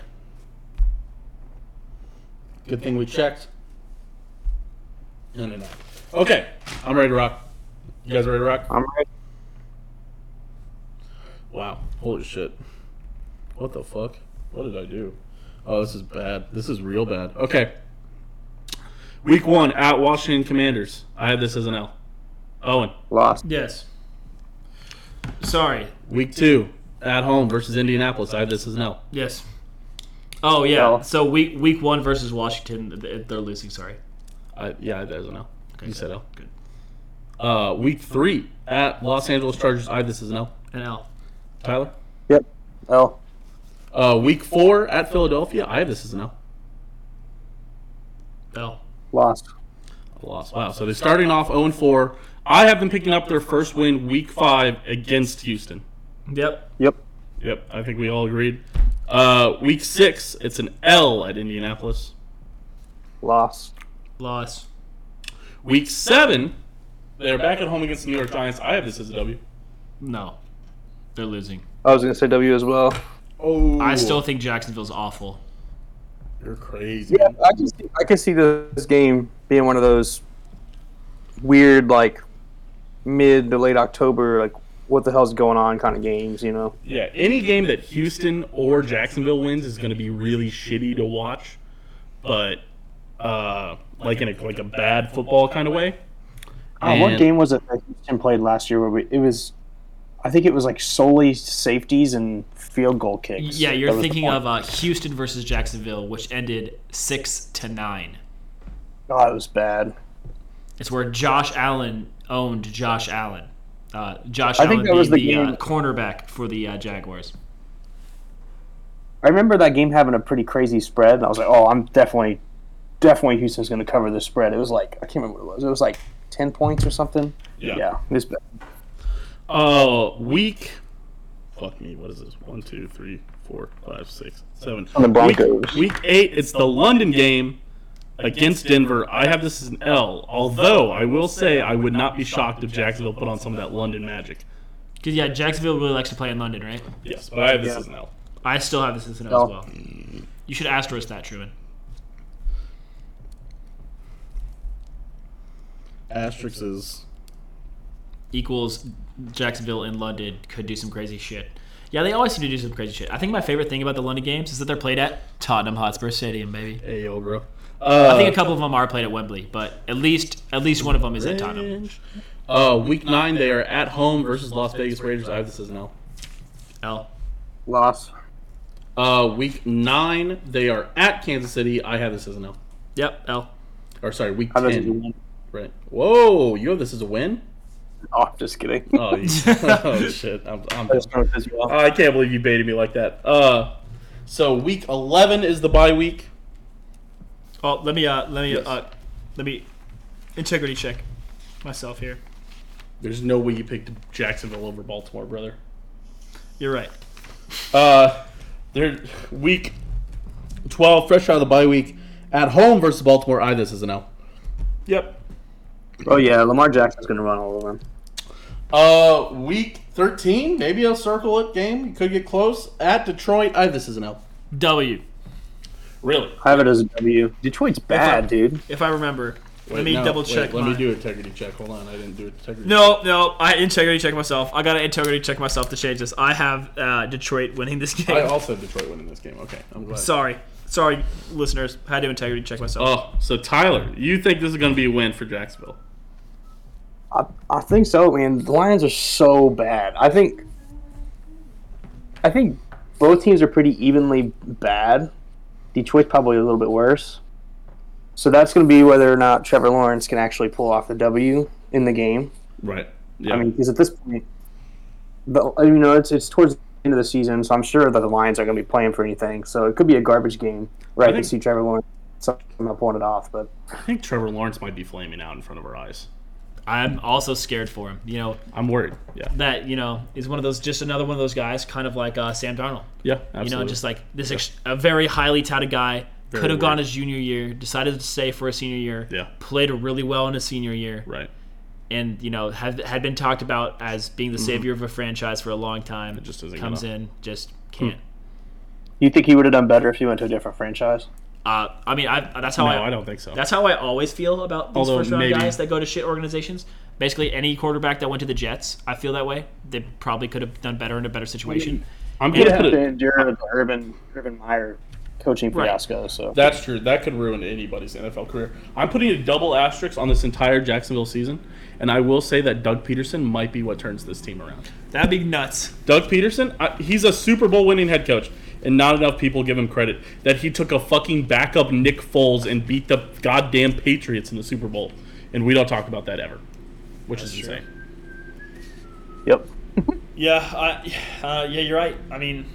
Good thing we checked. No, no, no. Okay, I'm ready to rock. You guys ready to rock? I'm ready. Wow. Holy shit. What the fuck? What did I do? Oh, this is bad. This is real bad. Okay. Week one at Washington Commanders. I have this as an L. Owen. Lost. Yes. Sorry. Week two at home versus Indianapolis. I have this as an L. Yes. Oh yeah. No. So week week one versus Washington, th- they're losing. Sorry. I, yeah, I have that as an L. Okay, You said good. L. Good. Uh, week three at Los Angeles Chargers. I have this as an L. An L. Tyler. Yep. L. Uh, week four at Philadelphia. I have this as an L. L. Lost. Lost. Wow. So they're starting off 0 4. I have them picking up their first win week five against Houston. Yep. Yep. Yep, I think we all agreed. Uh, week six, it's an L at Indianapolis. Lost. Loss. Week seven, they're back at home against the New York Giants. I have this as a W. No. They're losing. I was gonna say W as well. Oh, I still think Jacksonville's awful. You're crazy. Yeah, I can see, I can see this game being one of those weird, like mid to late October, like what the hell's going on kind of games, you know? Yeah, any game that Houston or Jacksonville wins is going to be really shitty to watch, but uh, like in a like a bad football kind of way. Uh, what And- game was it that Houston played last year? Where we, it was, I think it was like solely safeties and field goal kicks. Yeah, That you're was the thinking point. of uh, Houston versus Jacksonville, which ended six to nine. Oh, it was bad. It's where Josh Allen owned Josh Allen. Uh, Josh I Allen think that being was the the uh, game- cornerback for the uh, Jaguars. I remember that game having a pretty crazy spread, and I was like, "Oh, I'm definitely, definitely Houston's going to cover this spread." It was like I can't remember what it was. It was like ten points or something. Yeah, this bad. Uh, week. Fuck me. What is this? One, two, three, four, five, six, seven. On the Broncos. Week, week eight. It's the London game against Denver. I have this as an L. Although I will say I would not be shocked if Jacksonville put on some of that London magic. Because yeah, Jacksonville really likes to play in London, right? Yes, but I have this as an L. I still have this as an L as well. You should asterisk that, Truman. Asterisk is. equals Jacksonville and London could do some crazy shit. Yeah, they always seem to do some crazy shit. I think my favorite thing about the London games is that they're played at Tottenham Hotspur Stadium, baby. Hey yo, bro. I think Uh, a couple of them are played at Wembley, but at least at least one of them is at Tottenham. uh, week nine they are at home versus Las Vegas Raiders. I have this as an L. L. Lost. Uh, week nine they are at Kansas City. I have this as an L. Yep, L. Or sorry, week How does it ten. Right. Whoa, you have this as a win? Oh, just kidding. (laughs) Oh, (laughs) Uh, you, (laughs) oh shit. I'm, I'm I just trying to piss you off. I can't believe you baited me like that. Uh, so week 11 is the bye week. Oh, let me uh let me Yes. uh let me integrity check myself here. There's no way you picked Jacksonville over Baltimore, brother. You're right. Uh, they're week 12, fresh out of the bye week, at home versus Baltimore. I this is an L. Yep. Oh yeah, Lamar Jackson's gonna run all over him. Uh, week 13, maybe a circle it game. You could get close at Detroit. I this is an L. W. Really? I have it as a W. Detroit's bad, dude. If I remember. let me no, double wait, check. Let my- me do integrity check. Hold on, I didn't do integrity. No, no, I integrity check myself. I gotta integrity check myself to change this. I have uh, Detroit winning this game. I also have Detroit winning this game. Okay, I'm glad. (laughs) Sorry. Sorry, listeners. Had to integrity check myself. Oh, so Tyler, you think this is going to be a win for Jacksonville? I, I think so, man. The Lions are so bad. I think, I think both teams are pretty evenly bad. Detroit's probably a little bit worse. So that's going to be whether or not Trevor Lawrence can actually pull off the W in the game. Right. Yeah. I mean, because at this point, the, you know, it's it's towards the end of the season, so I'm sure that the Lions aren't going to be playing for anything. So it could be a garbage game where I, can think- see Trevor Lawrence somehow pulling it off. But I think Trevor Lawrence might be flaming out in front of our eyes. Oh, I'm also scared for him. You know, I'm worried. Yeah. that, you know, is one of those, just another one of those guys, kind of like uh, Sam Darnold. Yeah. Absolutely. You know, just like this, ex- a very highly touted guy, Very could have gone weird. his junior year, decided to stay for his senior year. Yeah. Played really well in his senior year, Right. and you know have, had been talked about as being the savior of a franchise for a long time. Mm-hmm. just isn't comes gonna- in, just Hmm. can't. You think he would have done better if he went to a different franchise? Uh, I mean, I, that's how No, I, I don't think so. That's how I always feel about these Although first round maybe- guys that go to shit organizations. Basically, any quarterback that went to the Jets, I feel that way. They probably could have done better in a better situation. I'm He'd gonna have put to it. endure the Urban Urban Meyer coaching Right. fiasco. So That's true. That could ruin anybody's NFL career. I'm putting a double asterisk on this entire Jacksonville season, and I will say that Doug Peterson might be what turns this team around. That'd be nuts. Doug Peterson, I, he's a Super Bowl winning head coach, and not enough people give him credit that he took a fucking backup Nick Foles and beat the goddamn Patriots in the Super Bowl, and we don't talk about that ever, which is true. insane. yep. Yeah, I, (sighs) uh, yeah, you're right. I mean,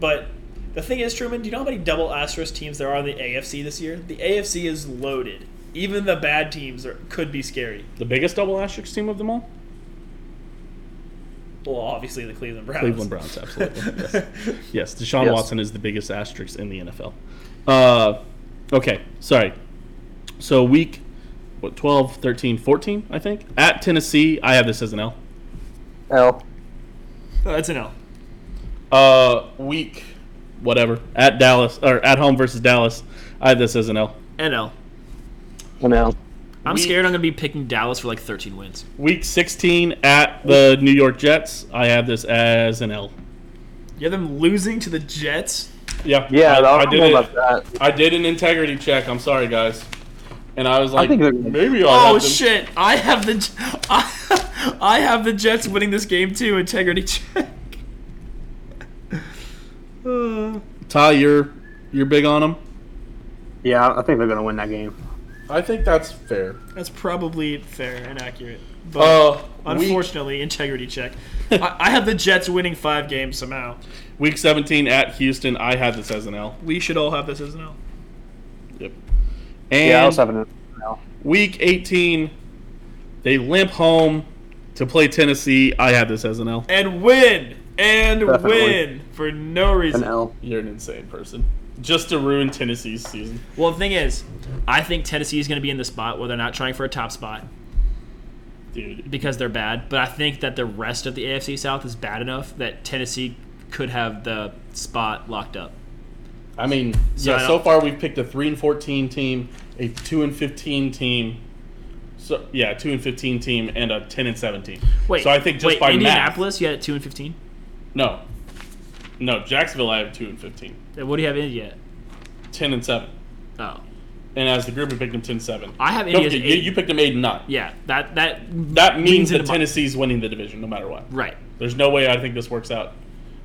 but the thing is, Truman, do you know how many double asterisk teams there are in the AFC this year? The AFC is loaded. Even the bad teams are, could be scary. The biggest double asterisk team of them all, Well, obviously the Cleveland Browns. Cleveland Browns, (laughs) absolutely. Browns. Yes, Deshaun Yes. Watson is the biggest asterisk in the NFL. Uh, okay, sorry. So week what 12, 13, 14, I think. At Tennessee, I have this as an L. L. That's an L. Uh, week whatever. At Dallas or at home versus Dallas, I have this as an L. An L. An L. I'm We- scared I'm going to be picking Dallas for like 13 wins. Week 16 at the New York Jets, I have this as an L. You have them losing to the Jets? Yeah. Yeah, I, I, I don't did know it- about that. I did an integrity check. I'm sorry, guys. And I was like, think they're- maybe I'll Oh have them- shit! I have the I, (laughs) I have the Jets winning this game too. Integrity check. (laughs) Uh, Ty, you're you're big on them. Yeah, I think they're gonna win that game. I think that's fair. that's probably fair and accurate, but Uh, week, unfortunately, integrity (laughs) check. I, I have the Jets winning five games somehow. week 17 at Houston, I had this as an L. We should all have this as an L. Yep. And Yeah, I also have an L. week 18, they limp home to play Tennessee. I had this as an L. and win and Definitely. win for no reason. An L. You're an insane person. Just to ruin Tennessee's season. Well, the thing is, I think Tennessee is going to be in the spot where they're not trying for a top spot. Dude. because they're bad, but I think that the rest of the AFC South is bad enough that Tennessee could have the spot locked up. I mean, Yeah, I yeah, know. so far we've picked a 3 and 14 team, a 2 and 15 team. So yeah, 2 and 15 team and a 10 and 17. Wait, so I think just wait, by math. Indianapolis, you had it two and fifteen. No. No, Jacksonville I have 2 and 15. What do you have in yet? 10 and 7. Oh, And as the group, we picked them 10 7. I have Don't Indiana's forget, you, eight. you picked them 8 and 9. yeah, that that That means Leans into that my- Tennessee's winning the division no matter what. right. There's no way I think this works out.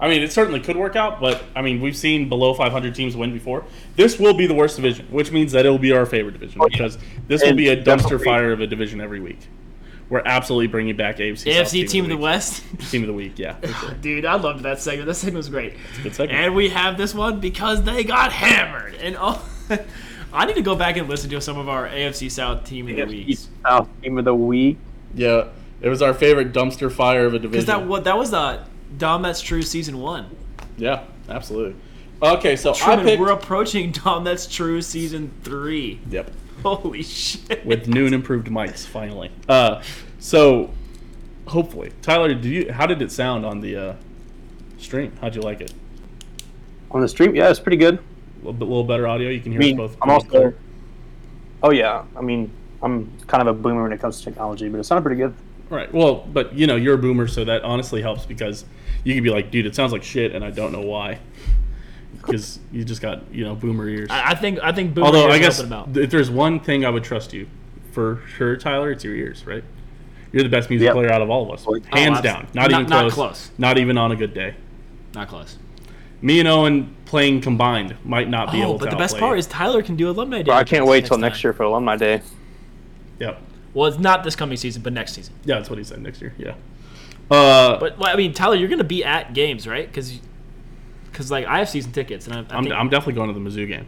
I mean, it certainly could work out, but I mean, we've seen below 500 teams win before. This will be the worst division, which means that it'll be our favorite division Oh, yeah. because this will And be a dumpster definitely- fire of a division every week. We're absolutely bringing back AFC South AFC team of the week. West, Team of the week, yeah. for sure. (laughs) dude. I loved that segment. That segment was great. Good segment. And we have this one because they got hammered. And oh, (laughs) I need to go back and listen to some of our AFC South team of the weeks. South team of the week. yeah, it was our favorite dumpster fire of a division. Because that what that was the Dom That's True season one. yeah, absolutely. Okay, so I Truman, picked. we're approaching Dom That's True season three. (laughs) yep. Holy shit! with new and improved mics finally. Uh, so hopefully, Tyler, do you? How did it sound on the uh, stream? How'd you like it? On the stream? Yeah, it's pretty good. A little, bit, little better audio. You I can hear us mean, both. I'm pretty also. clear. Oh, yeah. I mean, I'm kind of a boomer when it comes to technology, but it sounded pretty good. All right. Well, but you know, you're a boomer, so that honestly helps because you can be like, dude, it sounds like shit, and I don't know (laughs) why, because you just got you know boomer ears. I I think I think Boomer Although I knows guess something about. if there's one thing I would trust you for sure, Tyler, it's your ears, right? You're the best music Yep. player out of all of us, Oh, hands abs- down. Not, not- even not close. close. Not even on a good day. Not close. me and Owen playing combined might not be Oh, able to. but the best outplay part you. is Tyler can do alumni day. Bro, I can't wait till time. next year for Alumni Day. Yep. Well, it's not this coming season, but next season. Yeah, that's what he said next year. Yeah. Uh, But well, I mean, Tyler, you're gonna be at games, right? Because, like I have season tickets, and I, I I'm, think, I'm definitely going to the Mizzou game.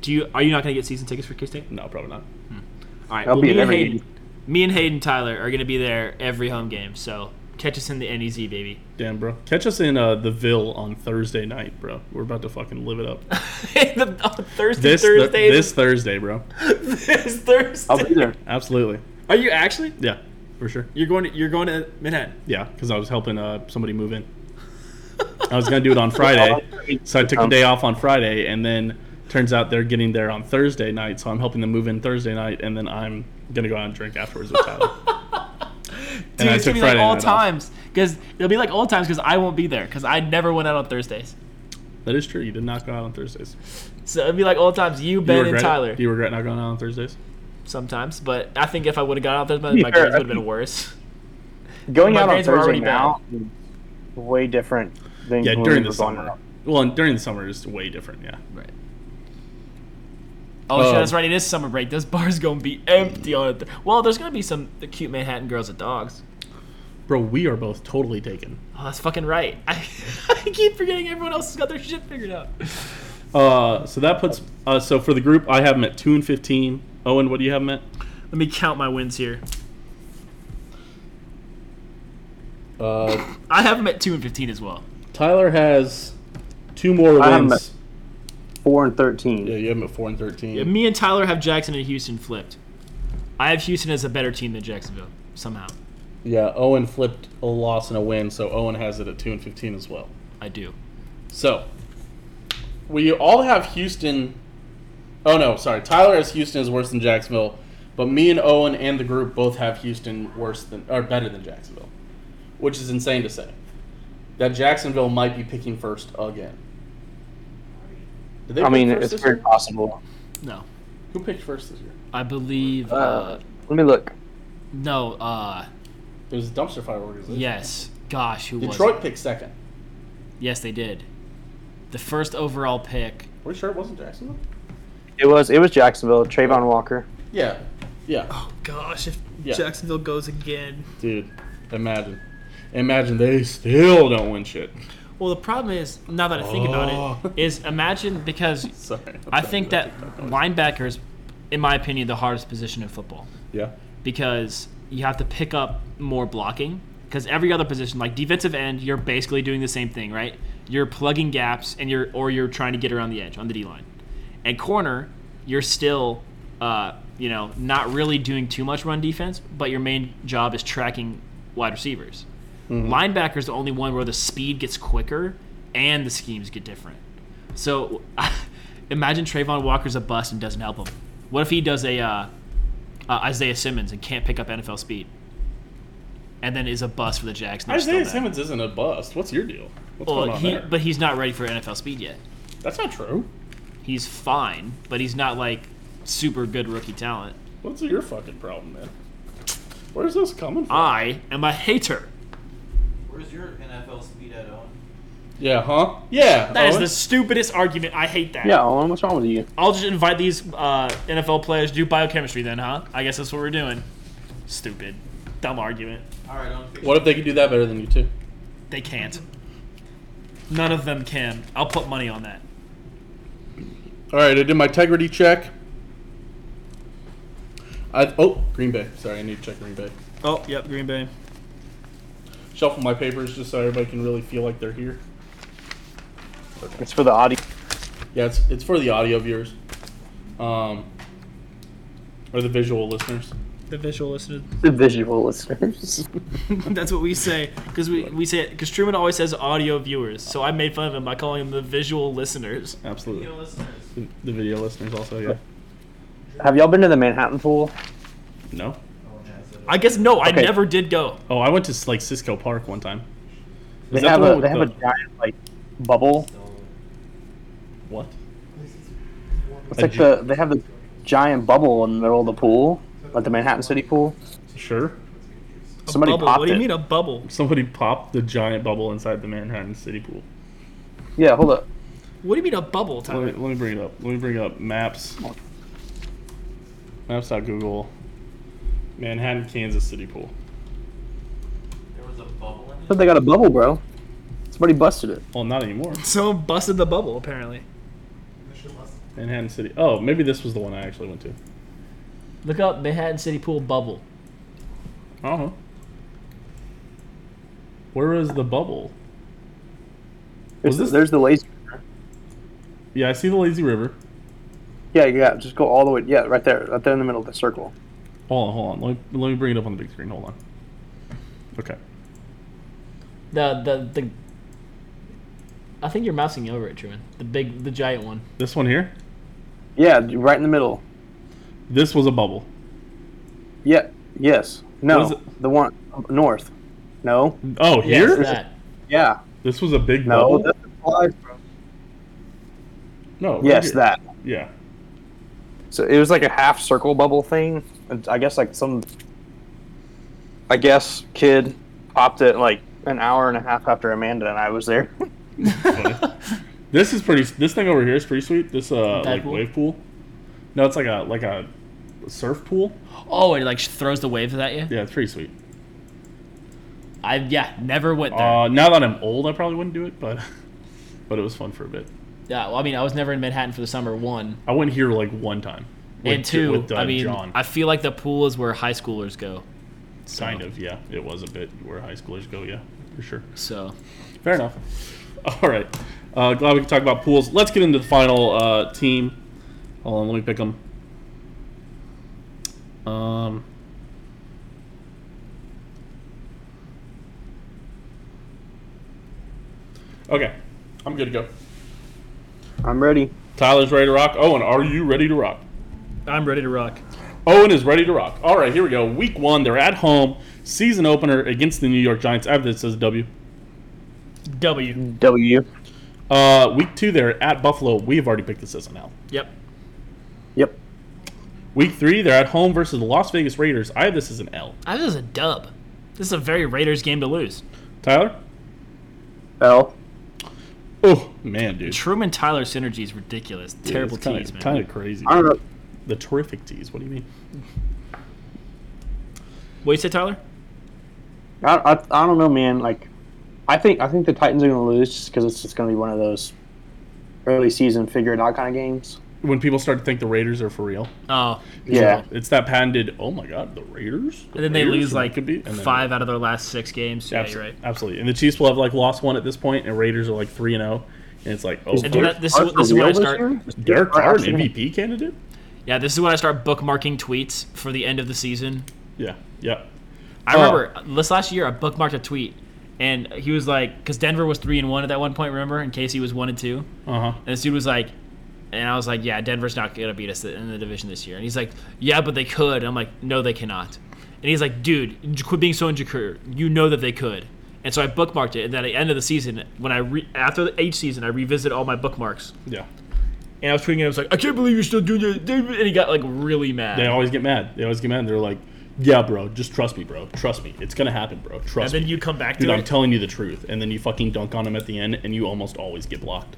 do you are you not gonna get season tickets for K State? No, probably not. All right, I'll well, be me at and every Hayden, me and Hayden Tyler are gonna be there every home game, so Catch us in the NEZ, baby. (laughs) Damn, bro. Catch us in uh, the Ville on Thursday night, bro. We're about to fucking live it (laughs) up. The- on Thursday, This Thur- Thursday, this Thursday, bro. (laughs) this Thursday. I'll be there. Absolutely. Are you actually? Yeah, for sure. You're going. To, you're going to (laughs) Manhattan. Yeah, because I was helping uh, somebody move in. I was gonna do it (laughs) on Friday, so I took the day off on Friday, and then turns out they're getting there on Thursday night, so I'm helping them move in Thursday night, and then I'm gonna go out and drink afterwards with (laughs) Tyler. Dude, it's gonna be like Friday all night off. times because it'll be like all times because I won't be there because I never went out on Thursdays. That is true. You did not go out on Thursdays. So it'll be like all times you, Do you Ben, and regret it? Tyler Do you regret not going out on Thursdays? sometimes. But I think if I would have gone out there, my, be my fair, grades I would have been think- worse. Going My out on grades were already Thursday now, is way different than Yeah, when during the we were going summer. out. Well, and during the summer is way different. Yeah. Right. Oh, shit, Um, that's right. It is summer break. This bar's gonna be empty on it. well, there's gonna be some the cute Manhattan girls with dogs. Bro, we are both totally taken. Oh, that's fucking right. (laughs) I, I keep forgetting everyone else has got their shit figured out. Uh, so that puts uh, so for the group, I have them at two and fifteen. Owen, what do you have them at? Let me count my wins here. Uh, I have them at two and fifteen as well. Tyler has two more I have him wins. Four and thirteen. Yeah, you have him at four and thirteen. Yeah, me and Tyler have Jackson and Houston flipped. I have Houston as a better team than Jacksonville somehow. Yeah, Owen flipped a loss and a win, so Owen has it at two and fifteen as well. I do. So we all have Houston. Oh no, sorry. Tyler has Houston is worse than Jacksonville, but me and Owen and the group both have Houston worse than or better than Jacksonville, which is insane to say. That Jacksonville might be picking first again. Did they I pick mean, first it's this very year? possible. No, Who picked first this year? I believe. Uh, Uh, let me look. no. Uh, It was a dumpster fire organization. yes. Gosh, who Detroit was? picked second. it? Yes, they did. The first overall pick. Are we sure it wasn't Jacksonville? It was it was Jacksonville. Trayvon Walker. Yeah. Yeah. Oh gosh, if Yeah. Jacksonville goes again. Dude, imagine. Imagine they still don't win shit. Well, the problem is now that I think about Oh. it, is imagine because (laughs) Sorry. I think that linebackers, in my opinion, the hardest position in football. Yeah. because you have to pick up more blocking. Because every other position, like defensive end, you're basically doing the same thing, right? You're plugging gaps and you're or you're trying to get around the edge on the D line. And corner, you're still, uh, you know, not really doing too much run defense, but your main job is tracking wide receivers. Linebacker is the only one where the speed gets quicker and the schemes get different. So (laughs) imagine Trayvon Walker's a bust and doesn't help him. What if he does a uh, uh, Isaiah Simmons and can't pick up NFL speed, and then is a bust for the Jags. and they're still Isaiah bad. Simmons isn't a bust. What's your deal? What's going Well, on he, there? but he's not ready for NFL speed yet. That's not true. He's fine, but he's not like super good rookie talent. What's your fucking problem, man? Where's this coming from? I am a hater. Where's your NFL speed at, Owen? yeah, huh? Yeah. That is Owen? the stupidest argument. I hate that. Oh. Yeah, Owen, what's wrong with you? I'll just invite these uh, NFL players to do biochemistry then, huh? I guess that's what we're doing. Stupid, dumb argument. All right, Owen. fix What if they could do that better than you too? They can't. None of them can. I'll put money on that. All right, I did my integrity check. I oh Green Bay. Sorry, I need to check Green Bay. Oh, yep, Green Bay. Shuffle my papers just so everybody can really feel like they're here. It's for the audio. Yeah, it's it's for the audio viewers, um, or the visual listeners. The visual listeners. The visual listeners. (laughs) (laughs) That's what we say because we, we say because Truman always says audio viewers, so I made fun of him by calling him the visual listeners. Absolutely, Video listeners. the, the video listeners also. Yeah. Have y'all been to the Manhattan Pool? No. Owen has it. I guess no, I Okay. never did go. Oh, I went to like Cisco Park one time. They Is that have the a one they have a with giant like bubble. What? It's A like gi- the they have the giant bubble in the middle of the pool, like the Manhattan City Pool. Sure. Somebody bubble. popped What do you it. mean a bubble? Somebody popped the giant bubble inside the Manhattan City Pool. Yeah, hold up. What do you mean a bubble? Tyler? Let me, let me bring it up. Let me bring up maps. Maps.google. Manhattan, Kansas City Pool. There was a bubble in it. But they got a bubble, bro. Somebody busted it. Well, not anymore. Someone busted the bubble apparently. Manhattan City. Oh, maybe this was the one I actually went to. Look up Manhattan City Pool bubble. I don't know. Uh-huh. Where is the bubble? There's, this- there's the lazy. Yeah, I see the lazy river. Yeah, yeah. Just go all the way. Yeah, right there, right there in the middle of the circle. Hold on, hold on. Let me, let me bring it up on the big screen. Hold on. Okay. The the the. I think you're mousing over it, Truman. The big, the giant one. This one here. Yeah, right in the middle. This was a bubble. Yeah. Yes. What is No. it? The one north. No. Oh, Yes, here. that. Yeah. This was a big No. bubble. That's the flies, bro. no. right Yes, here. that. Yeah. So it was like a half circle bubble thing. And I guess like some, I guess kid popped it like an hour and a half after Amanda and I was there. This is pretty. This thing over here is pretty sweet. This uh, Tide like pool? wave pool. No, it's like a like a surf pool. Oh, it like sh- throws the waves at you. Yeah, it's pretty sweet. I yeah, never went there. Uh, now that I'm old, I probably wouldn't do it, but (laughs) but it was fun for a bit. yeah, well, I mean, I was never in Manhattan for the summer. One I went here like one time. With, and two. with, uh, I mean, John. I feel like the pool is where high schoolers go. kind of. Yeah, it was a bit where high schoolers go. Yeah, for sure. So Fair enough. (laughs) All right. Uh, glad we can talk about pools. Let's get into the final uh, team. Hold on, let me pick them. Um, okay, I'm good to go. (laughs) I'm ready. Tyler's ready to rock. Owen, are you ready to rock? I'm ready to rock. Owen is ready to rock. All right, here we go. Week one, they're at home. Season opener against the New York Giants. After this says W. W. W. Uh, week two, they're at Buffalo. We've already picked this as an L. Yep. Yep. Week three, they're at home versus the Las Vegas Raiders. I have this as an L. I Ah, this is a dub. This is a very Raiders game to lose. Tyler? L. Oh, man, dude. Truman Tyler synergy is ridiculous. Terrible tease, man. Kind of crazy. I don't know. The terrific tease. What do you mean? What you say, Tyler? I, I, I don't know, man. Like, I think I think the Titans are going to lose just because it's just going to be one of those early season figure it out kind of games. When people start to think the Raiders are for real, Oh, Yeah. it's that patented, oh my God, the Raiders? The and then they Raiders?" And lose it like could be- and then- five out of their last six games. Yeah, you're Absolutely. right. Absolutely. And the Chiefs will have like lost one at this point, and Raiders are like 3 and 0. And it's like, oh, And fuck. that- this, is, this is where I start. Derek Carr, an Absolutely. MVP candidate? Yeah, this is when I start bookmarking tweets for the end of the season. Yeah. Yeah. I Oh. remember this last year I bookmarked a tweet, and he was like, because Denver was three and one at that one point. Remember, and Casey was one and two. Uh huh. And this dude was like, and I was like, yeah, Denver's not going to beat us in the division this year. And he's like, yeah, but they could. And I'm like, no, they cannot. And he's like, dude, j- quit being so insecure. You know that they could. And so I bookmarked it. And then at the end of the season, when I re- after the- each season, I revisit all my bookmarks. Yeah. And I was tweeting, and I was like, I can't believe you're still doing it. And he got like really mad. They always get mad. They always get mad. And they're like, yeah, bro, just trust me, bro. Trust me. It's going to happen, bro. and Trust me. then you come back to Dude, I'm it. telling you the truth. And then you fucking dunk on him at the end, and you almost always get (laughs) blocked.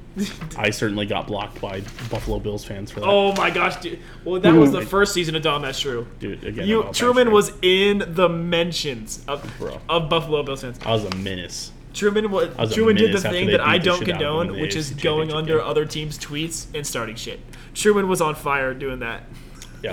I certainly got blocked by Buffalo Bills fans for that. oh my gosh, dude. Well, that was the first season of Dom. That's true. Dude, again, I'm You all Truman backstraight. was in the mentions of, Bro. of Buffalo Bills fans. I was a menace. Truman wa- was a Truman did the menace after thing they that beat I the don't shit out of them condone, in the which is AFC going Championship under game. other teams' tweets and starting shit. Truman was on fire doing that. Yeah.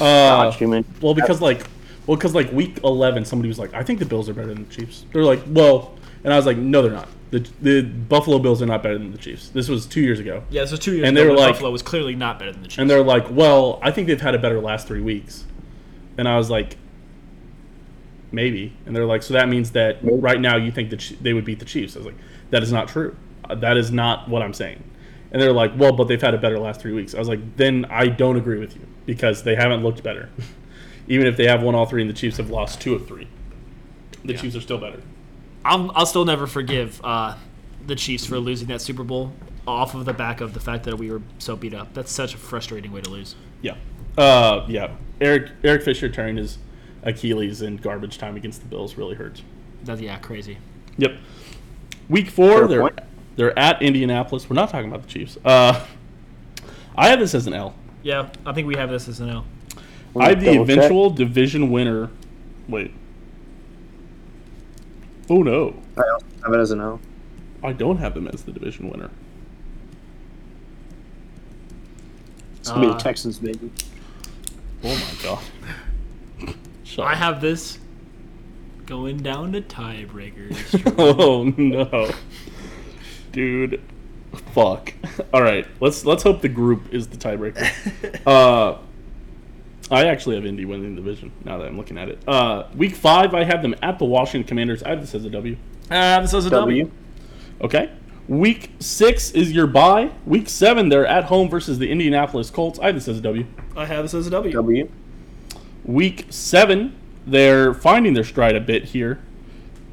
Uh, Watch you, man. well, because like, well, because like week 11, somebody was like, I think the Bills are better than the Chiefs. They're like, well, and I was like, no, they're not. The, the Buffalo Bills are not better than the Chiefs. This was two years ago. Yeah, so two years And ago, they were when like- Buffalo was clearly not better than the Chiefs. And they're like, well, I think they've had a better last three weeks. And I was like, maybe. And they're like, so that means that right now you think that Chi- they would beat the Chiefs. I was like, that is not true. Uh, That is not what I'm saying. And they're like, well, but they've had a better last three weeks. I was like, then I don't agree with you because they haven't looked better. (laughs) Even if they have won all three and the Chiefs have lost two of three, the Chiefs are still better. I'll, I'll still never forgive uh, the Chiefs for losing that Super Bowl off of the back of the fact that we were so beat up. That's such a frustrating way to lose. Yeah. Uh, yeah. Eric Eric Fisher turned his Achilles in garbage time against the Bills really hurts. That's yeah, crazy. Yep. Week four, Fair they're point. they're at Indianapolis. We're not talking about the Chiefs. Uh, I have this as an L. Yeah, I think we have this as an L. I have the double check. eventual division winner. Wait. Oh no, I also have it as an O. I don't have them as the division winner. It's going to be Uh, the Texans, baby. Oh my god. Shut I up. have this Going down to tiebreakers. Oh no, dude, fuck. All right, let's let's hope the group is the tiebreaker. (laughs) (laughs) Uh, I actually have Indy winning the division now that I'm looking at it. Uh, week five, I have them at the Washington Commanders. I have this as a W. Ah, this is a W. W. Okay. Week six is your bye. Week seven, they're at home versus the Indianapolis Colts. I have this as a W. I have this as a W. W. Week seven, they're finding their stride a bit here.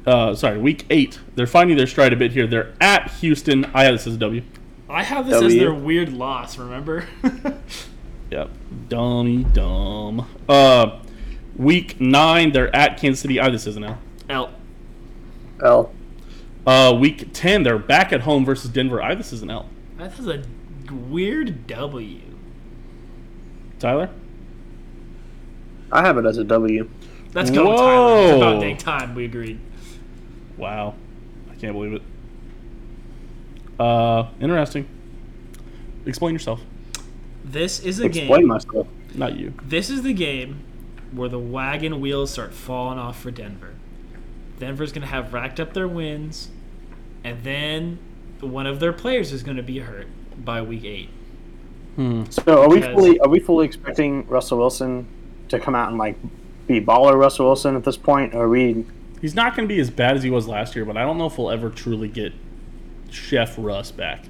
Uh, sorry, week eight, they're finding their stride a bit here. They're at Houston. I have this as a W. I have this as W. their weird loss. Remember? (laughs) Yep. Dummy dumb. Uh, week nine, they're at Kansas City. I have this as an L. L. L. Uh, week ten, they're back at home versus Denver. I have this as an L. This is a weird W. Tyler. I have it as a W. Let's go, Tyler. It's about dang time we agreed. Wow. I can't believe it. Uh, interesting. Explain yourself. This is a Explain game. myself. Not you. This is the game where the wagon wheels start falling off for Denver. Denver's going to have racked up their wins, and then one of their players is going to be hurt by week eight. So are we Because- fully are we fully expecting Russell Wilson to come out and like be baller Russell Wilson at this point? Or are we He's not going to be as bad as he was last year, but I don't know if we'll ever truly get Chef Russ back.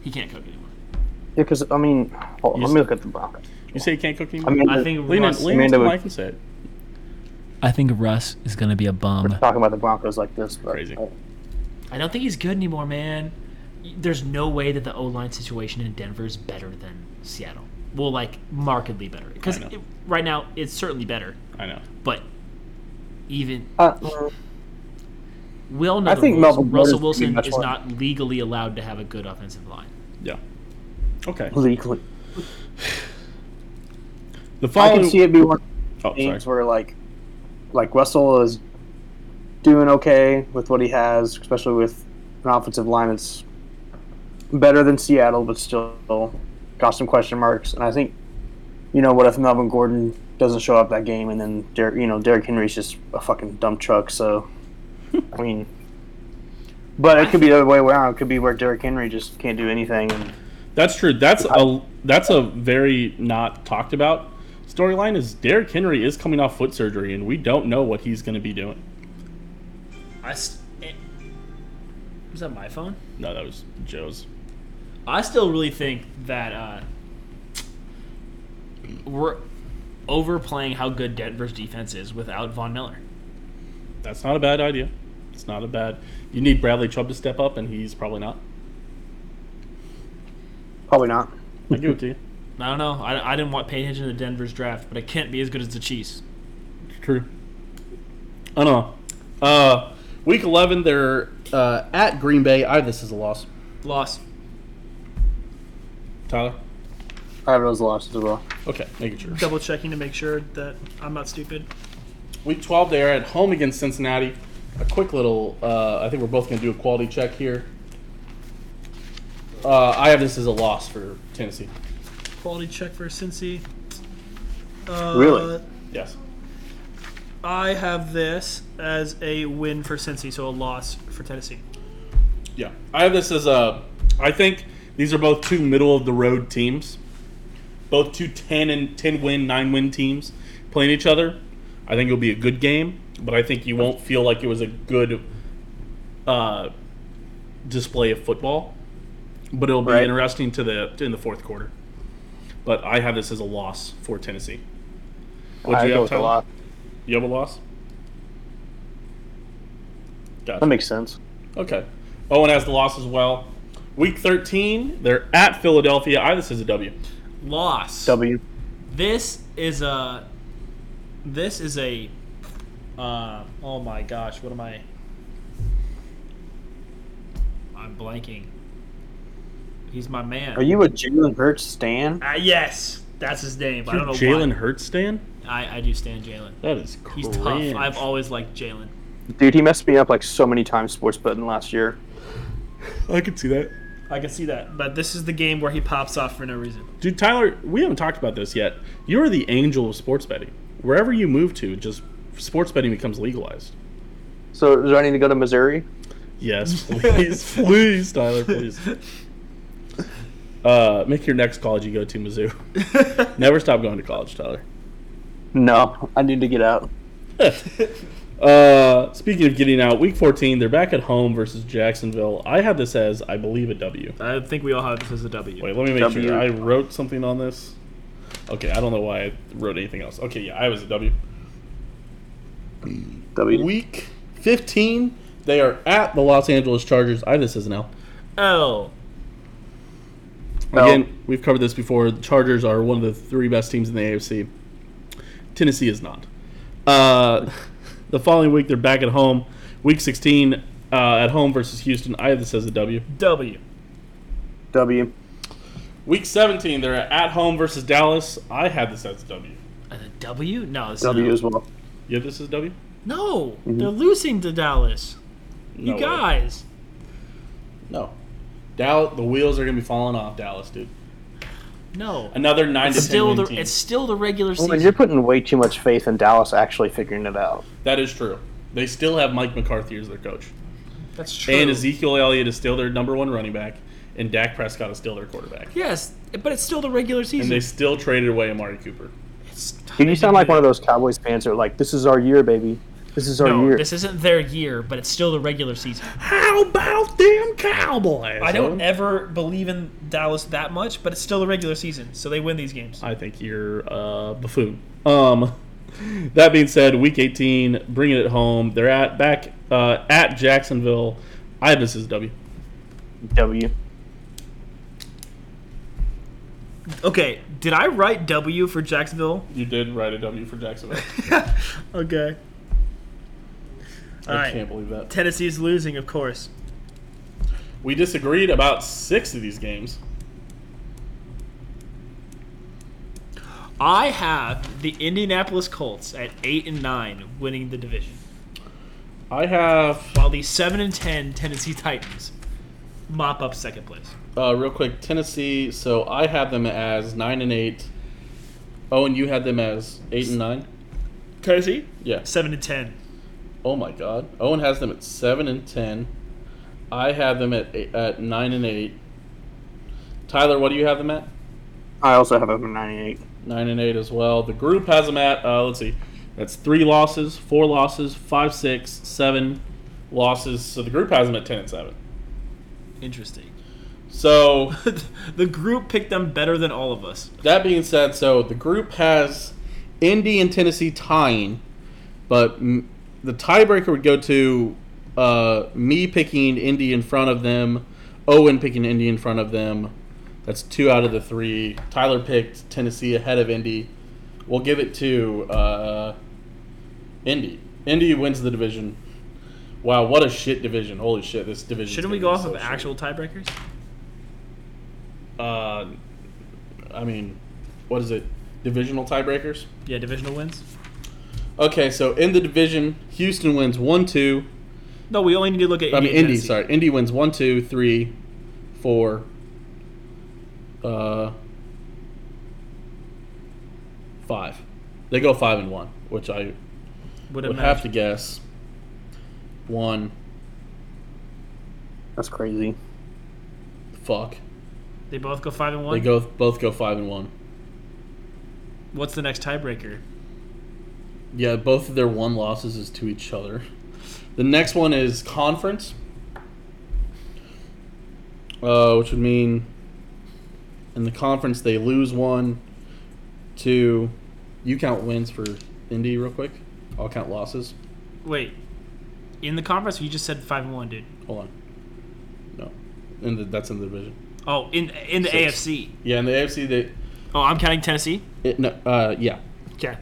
He can't cook anymore. Because I mean, hold on, You let s- me look at the Broncos. You say he can't cook anymore? I mean, I I think lean in, Russ. lean Amanda into the would- mic and say it. I think Russ is going to be a bum. talking about the Broncos like this, but Crazy. I don't think he's good anymore, man. There's no way that the O line situation in Denver is better than Seattle. Well, like markedly better because I know. right now it's certainly better, I know. but even Uh, Will know I the think rules. Melvin Russell Gordon's pretty Wilson much is one. not legally allowed to have a good offensive line. Yeah. Okay. legally, The I following. can see it be one oh, sorry. games where like like Russell is doing okay with what he has, especially with an offensive line that's better than Seattle, but still got some question marks. And I think, you know, what if Melvin Gordon doesn't show up that game, and then Der- you know Derrick Henry's just a fucking dump truck. So, I mean, but it could be the other way around. It could be where Derrick Henry just can't do anything. And That's true. That's a that's a very not talked about storyline. Is Derrick Henry is coming off foot surgery, and we don't know what he's going to be doing. I s- eh, was that my phone? No, that was Joe's. I still really think that uh, we're overplaying how good Denver's defense is without Von Miller. That's not a bad idea. It's not a bad. You need Bradley Chubb to step up, and he's probably not. probably not. I give it to you. I don't know. I, I didn't want paying attention to Denver's draft, but it can't be as good as the Chiefs. True. I don't know. Uh, week eleven, they're uh, at Green Bay. I this is a loss. Loss. Tyler. I have those losses as well. Okay, making sure. Double checking to make sure that I'm not stupid. Week 12, they are at home against Cincinnati. A quick little, uh, I think we're both going to do a quality check here. Uh, I have this as a loss for Tennessee. Quality check for Cincy. Uh, Really? Yes. I have this as a win for Cincy, so a loss for Tennessee. Yeah. I have this as a, I think these are both two middle of the road teams. Both two 10 and 10 win, 9 win teams playing each other. I think it'll be a good game, but I think you won't feel like it was a good uh, display of football. But it'll be Right. interesting to the in the fourth quarter. But I have this as a loss for Tennessee. What I do you go have, with the Tyler? lot. You have a loss. Gotcha. That makes sense. Okay. Owen has the loss as well. Week 13, they're at Philadelphia. I this is a W. Loss. W. This is a. This is a. Uh, oh my gosh, what am I? I'm blanking. He's my man. Are you a Jalen Hurts stan? Uh, yes, that's his name. I don't know Jalen why. Hurts, Dan? I, I do stand Jalen. That is crazy. He's tough. I've always liked Jalen. Dude, he messed me up like so many times sports betting last year. I could see that. I can see that, but this is the game where he pops off for no (laughs) reason. Dude, Tyler, we haven't talked about this yet. You're the angel of sports betting. Wherever you move to, just sports betting becomes legalized. So do I need to go to Missouri? (laughs) Yes, please, please, Tyler, please. Uh, make your next college you go to Mizzou. Never stop going to college, Tyler. No, I need to get out. (laughs) Uh, speaking of getting out, week 14, they're back at home versus Jacksonville. I had this as, I believe, a W. I think we all have this as a W. Wait, let me make W. sure. I wrote something on this. Okay, I don't know why I wrote anything else. Okay, yeah, I was a W. W. Week 15, they are at the Los Angeles Chargers. I have this as an L. L. L. Again, we've covered this before. The Chargers are one of the three best teams in the AFC. Tennessee is not. Uh, (laughs) the following week, they're back at home. Week 16, uh, at home versus Houston. I have this as a W. W. W. Week 17, they're at home versus Dallas. I had this as a W. A W? No. It's W not. as well. You have this as a W? No, they're losing to Dallas. Mm-hmm. No you way. guys. No. Dallas, the wheels are going to be falling off Dallas, dude. No. Another 9 It's to 10 still win the team. it's still the Oh, regular Well, season. you're putting way too much faith in Dallas actually figuring it out. That is true. They still have Mike McCarthy as their coach. That's true. And Ezekiel Elliott is still their number one running back. And Dak Prescott is still their quarterback. Yes, but it's still the regular And season. they still traded away Amari Cooper. It's- Dude, you sound like one of those Cowboys fans that are like, "This is our year, baby. This is our No, year." this isn't their year, but it's still the regular season. How about them Cowboys? I don't ever believe in Dallas that much, but it's still the regular season, so they win these games. I think you're a buffoon. Um, that being said, Week 18, bringing it home. They're at back uh, at Jacksonville. I have this as a W. W. (laughs) Okay, did I write W for Jacksonville? You did write a W for Jacksonville. (laughs) okay. I All right. can't believe that. Tennessee's losing, of course. We disagreed about six of these games. I have the Indianapolis Colts at eight and nine, winning the division, I have while the seven and ten Tennessee Titans mop up second place. Uh, real quick, Tennessee. So I have them as nine and eight. Oh, and you had them as eight and nine. Tennessee Yeah. seven and ten. Oh my God. Owen has them at seven and ten. I have them at eight, at nine and eight. Tyler, what do you have them at? I also have a 98. Nine and eight as well. The group has them at. Uh, let's see. That's three losses, four losses, five, six, seven losses. So the group has them at ten and seven. Interesting. (laughs) So the group picked them better than all of us. That being said, so the group has Indy and Tennessee tying, but m- the tiebreaker would go to uh, me picking Indy in front of them, Owen picking Indy in front of them. That's two out of the three. Tyler picked Tennessee ahead of Indy. We'll give it to uh, Indy. Indy wins the division. Wow, what a shit division! Holy shit, this division. Shouldn't we go off of actual tiebreakers? Uh, I mean, what is it? Divisional tiebreakers. Yeah, divisional wins. Okay, so in the division, Houston wins 1 2. No, we only need to look at. I mean, Indy and Indy, Tennessee. sorry. Indy wins 1 2, 3, 4, uh, 5. They go 5 and 1, which I Would would have have to guess. 1, That's crazy. fuck. They both go five and one. They go both go 5 and 1. What's the next tiebreaker? Yeah, both of their one losses is to each other. The next one is conference, uh, which would mean in the conference they lose one, two. You count wins for Indy real quick. I'll count losses. Wait, in the conference, you just said five and one, dude. Hold on. No, in the, that's in the division. Oh, in in the Six. AFC. Yeah, in the AFC they. Oh, I'm counting Tennessee. It, no, uh, yeah. Okay.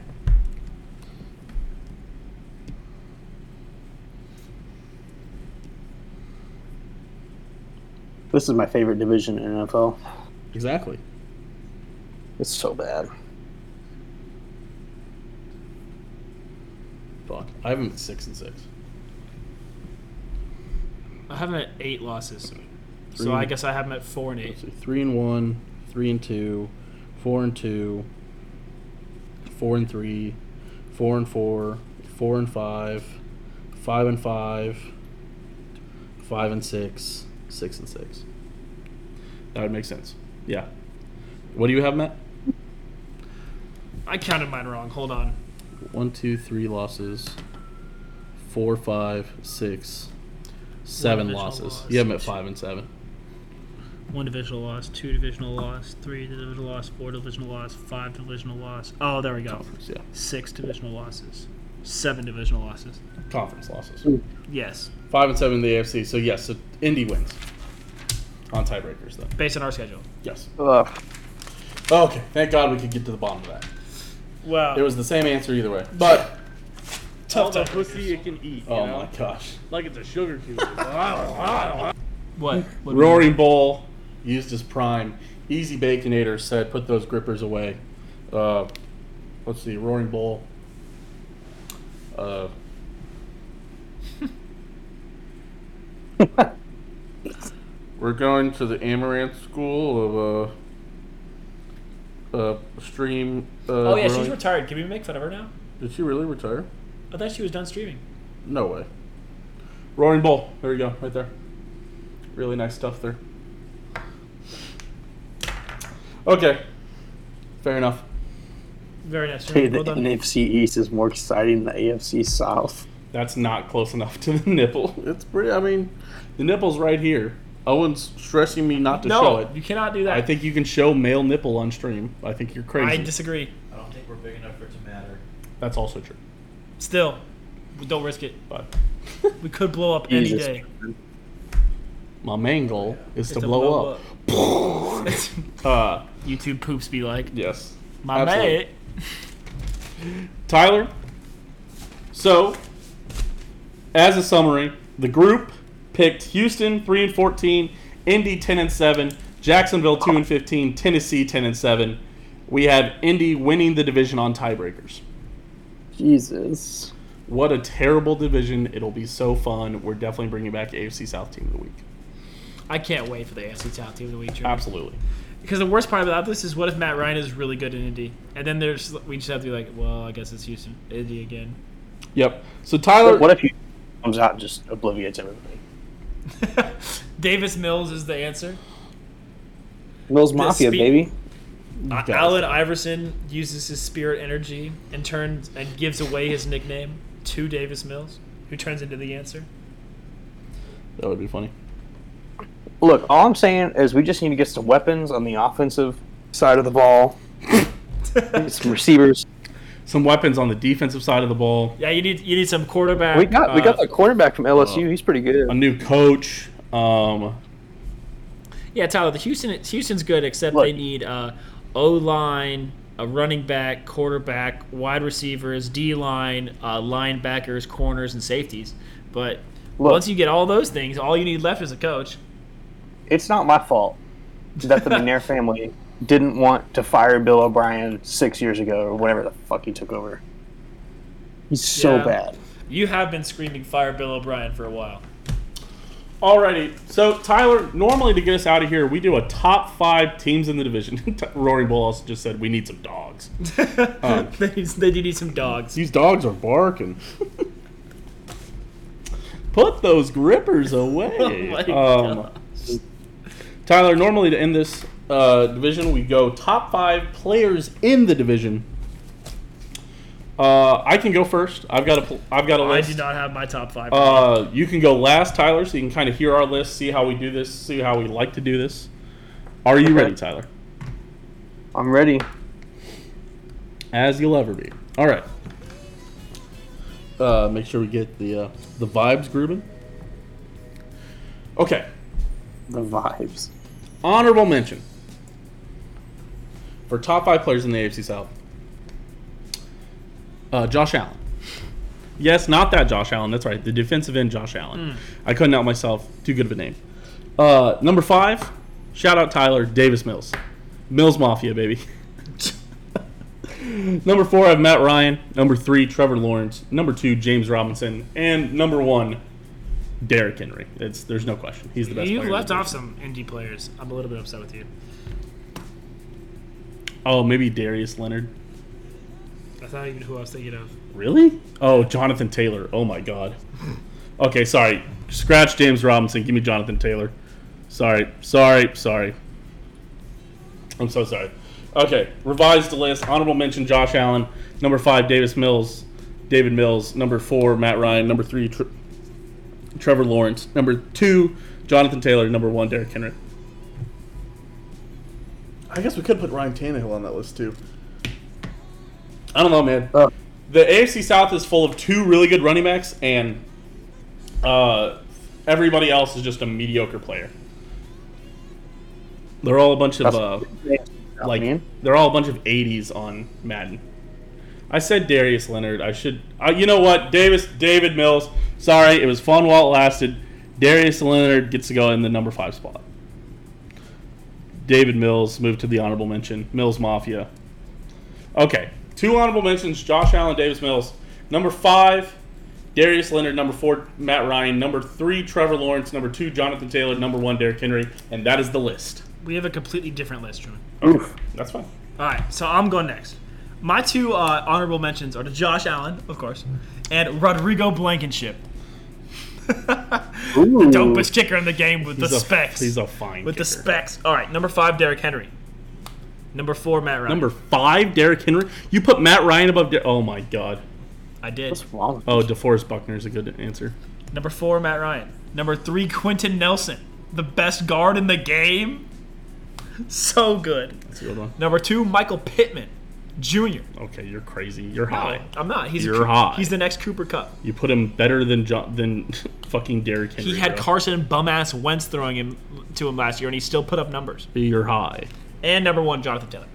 This is my favorite division in NFL. Exactly. It's so bad. Fuck. I have them at six and six. I have them at eight losses, Three. so I guess I have them at four and eight. Let's see, three and one, three and two, four and two, four and three, four and four, four and five, five and five, five and six, six and six. That would make sense. Yeah. What do you have, Matt? I counted mine wrong. Hold on. One, two, three losses. Four, five, six, seven divisional losses. loss. You have him at five and seven. One divisional loss, two divisional loss, three divisional loss, four divisional loss, five divisional loss. Oh, there we go. Yeah, Six divisional losses, seven divisional losses. conference losses. Yes, Five and seven in the AFC. So yes, so Indy wins on tiebreakers though. based on our schedule. Yes. Ugh. Oh, Okay. Thank God we could get to the bottom of that. Wow. It was the same answer either way. But All the pussy it can eat. oh my gosh, Like it's a sugar (laughs) cube. what? what Roaring Bull used his prime. Easy Baconator said, "Put those grippers away." Uh, let's see, Roaring Bull. Uh, (laughs) we're going to the Amaranth School of uh, uh, stream. Uh, Oh yeah, she's rowing. retired. Can we make fun of her now? Did she really retire? I thought she was done streaming. No way. Roaring Bull. There you go, right there. Really nice stuff there. Okay. Fair enough. Very nice. Hey, stream. the Well done. NFC East is more exciting than the AFC South. That's not close enough to the nipple. It's pretty. I mean, the nipple's right here. Owen's stressing me not to show No, it. you cannot do that. I think you can show male nipple on stream. I think you're I crazy. disagree. I don't think we're big enough for it to matter. That's also true. Still, don't risk it. (laughs) But We could blow up Jesus. any day. my main goal is It's to a blow, blow up. up. (laughs) Uh, YouTube poops be like, yes. my Absolutely. mate. Tyler. So, as a summary, the group picked Houston three and fourteen, Indy ten and seven, Jacksonville two and fifteen, Tennessee ten and seven. We had Indy winning the division on tiebreakers. Jesus. What a terrible division! It'll be so fun. We're definitely bringing back AFC South team of the week. I can't wait for the AFC South team of the week. Drew. Absolutely. Because the worst part about this is, what if Matt Ryan is really good in Indy, and then there's we just have to be like, well, I guess it's Houston, Indy again. (laughs) Yep. So Tyler, What if he comes out and just obliviates everybody? Davis Mills is the answer. Mills Mafia, speed- baby. Uh, got it. Allen Iverson uses his spirit energy and turns and gives away his nickname to Davis Mills, who turns into the (laughs) answer. that would be funny. Look, all I'm saying is we just need to get some weapons on the offensive side of the ball. Get some receivers. Some weapons on the defensive side of the ball. Yeah, you need you need some quarterback. We got we uh, got the quarterback from LSU. He's pretty good. A new coach. Um, Yeah, Tyler, the Houston Houston's good, except Look. they need uh, O line, a running back, quarterback, wide receivers, D line, uh, linebackers, corners, and safeties. But Look. once you get all those things, all you need left is a coach. It's not my fault that (laughs) the McNair family didn't want to fire Bill O'Brien six years ago or whatever the fuck he took over. He's so Yeah. bad. You have been screaming fire Bill O'Brien for a while. Alrighty, so Tyler, normally to get us out of here, we do a top five teams in the division. (laughs) Roaring Bull also just said we need some dogs. Um. (laughs) they, they do need some dogs. These dogs are barking. (laughs) Put those (laughs) grippers away. my Um, Tyler, normally to end this uh, division, we go top five players in the division. Uh, I can go first. I've got a. Pl- I've got a I list. do not have my top five. Uh, you can go last, Tyler, so you can kind of hear our list, see how we do this, see how we like to do this. Are you ready, Tyler? I'm ready. As you'll ever be. All right. Uh, make sure we get the uh, the vibes grooving. Okay. The vibes. Honorable mention for top five players in the AFC South. Uh, Josh Allen. Yes, not that Josh Allen. That's right. The defensive end, Josh Allen. Hmm. I couldn't out myself. Too good of a name. Uh, number five, shout out Tyler Davis Mills. Mills Mafia, baby. (laughs) number four, I have Matt Ryan. Number three, Trevor Lawrence. Number two, James Robinson. And number one, Derrick Henry. It's, there's no question. He's the best you player in left the off some indie players. I'm a little bit upset with you. Oh, maybe Darius Leonard. That's not even who I was thinking of. Really? Oh, Jonathan Taylor. Oh my God. Okay, sorry. Scratch James Robinson. Give me Jonathan Taylor. Sorry, sorry, sorry. I'm so sorry. Okay, revised list. Honorable mention: Josh Allen. Number five, Davis Mills. David Mills. Number four, Matt Ryan. Number three, Tre- Trevor Lawrence. Number two, Jonathan Taylor. Number one, Derrick Henry. I guess we could put Ryan Tannehill on that list too. I don't know, man. Oh. The AFC South is full of two really good running backs, and uh, everybody else is just a mediocre player. They're all a bunch of That's- uh, Oh, like mean? they're all a bunch of 80s on Madden. I said Darius Leonard. I should. I, you know what, Davis, David Mills. Sorry, it was fun while it lasted. Darius Leonard gets to go in the number five spot. David Mills moved to the honorable mention. Mills Mafia. Okay, two honorable mentions: Josh Allen, Davis Mills. Number five, Darius Leonard. Number four, Matt Ryan. Number three, Trevor Lawrence. Number two, Jonathan Taylor. Number one, Derrick Henry. And that is the list. We have a completely different list, Truman. That's fine. All right, so I'm going next. My two uh, honorable mentions are to Josh Allen, of course, and Rodrigo Blankenship. (laughs) Ooh. Dopest kicker in the game with the He's a- specs. he's a fine. with the kicker. specs. All right, number five, Derrick Henry. Number four, Matt Ryan. Number five, Derrick Henry. You put Matt Ryan above. Der- oh my God. I did. What's wrong with Oh, DeForest Buckner is a good answer. Number four, Matt Ryan. Number three, Quentin Nelson, the best guard in the game. So good. That's a good one. Number two, Michael Pittman, Jr. Okay, you're crazy. You're No, high. I'm not. He's a Oh, You're Coo- hot. He's the next Cooper Cup. You put him better than John, than (laughs) fucking Derrick Henry. He had bro. Carson bum ass Wentz throwing him to him last year, and he still put up numbers. You're high. And number one, Jonathan Taylor,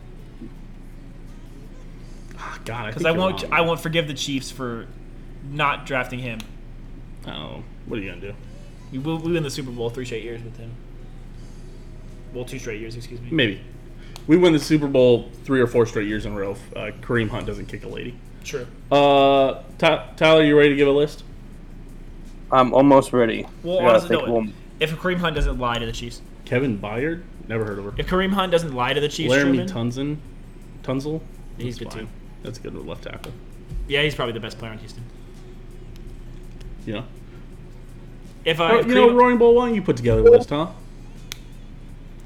Ah, God, I because I won't I won't forgive the Chiefs for not drafting him. Oh, what are you gonna do? We, we we win the Super Bowl three straight years with him. Well, two straight years, excuse me. Maybe. We win the Super Bowl three or four straight years in a row. If, uh, Kareem Hunt doesn't kick a lady. True. Uh, Ty Tyler, you ready to give a list? I'm almost ready. Well, I gotta honestly, think no, of one. if Kareem Hunt doesn't lie to the Chiefs, Kevin Byard, never heard of her. if Kareem Hunt doesn't lie to the Chiefs, Laramie Truman, Tunzel, Tunzel, he's good That's too. fine. That's a good left tackle. Yeah, he's probably the best player on Houston. Yeah. If I, Oh, if you know, Kareem- Roaring Bowl one, you put together a list, huh?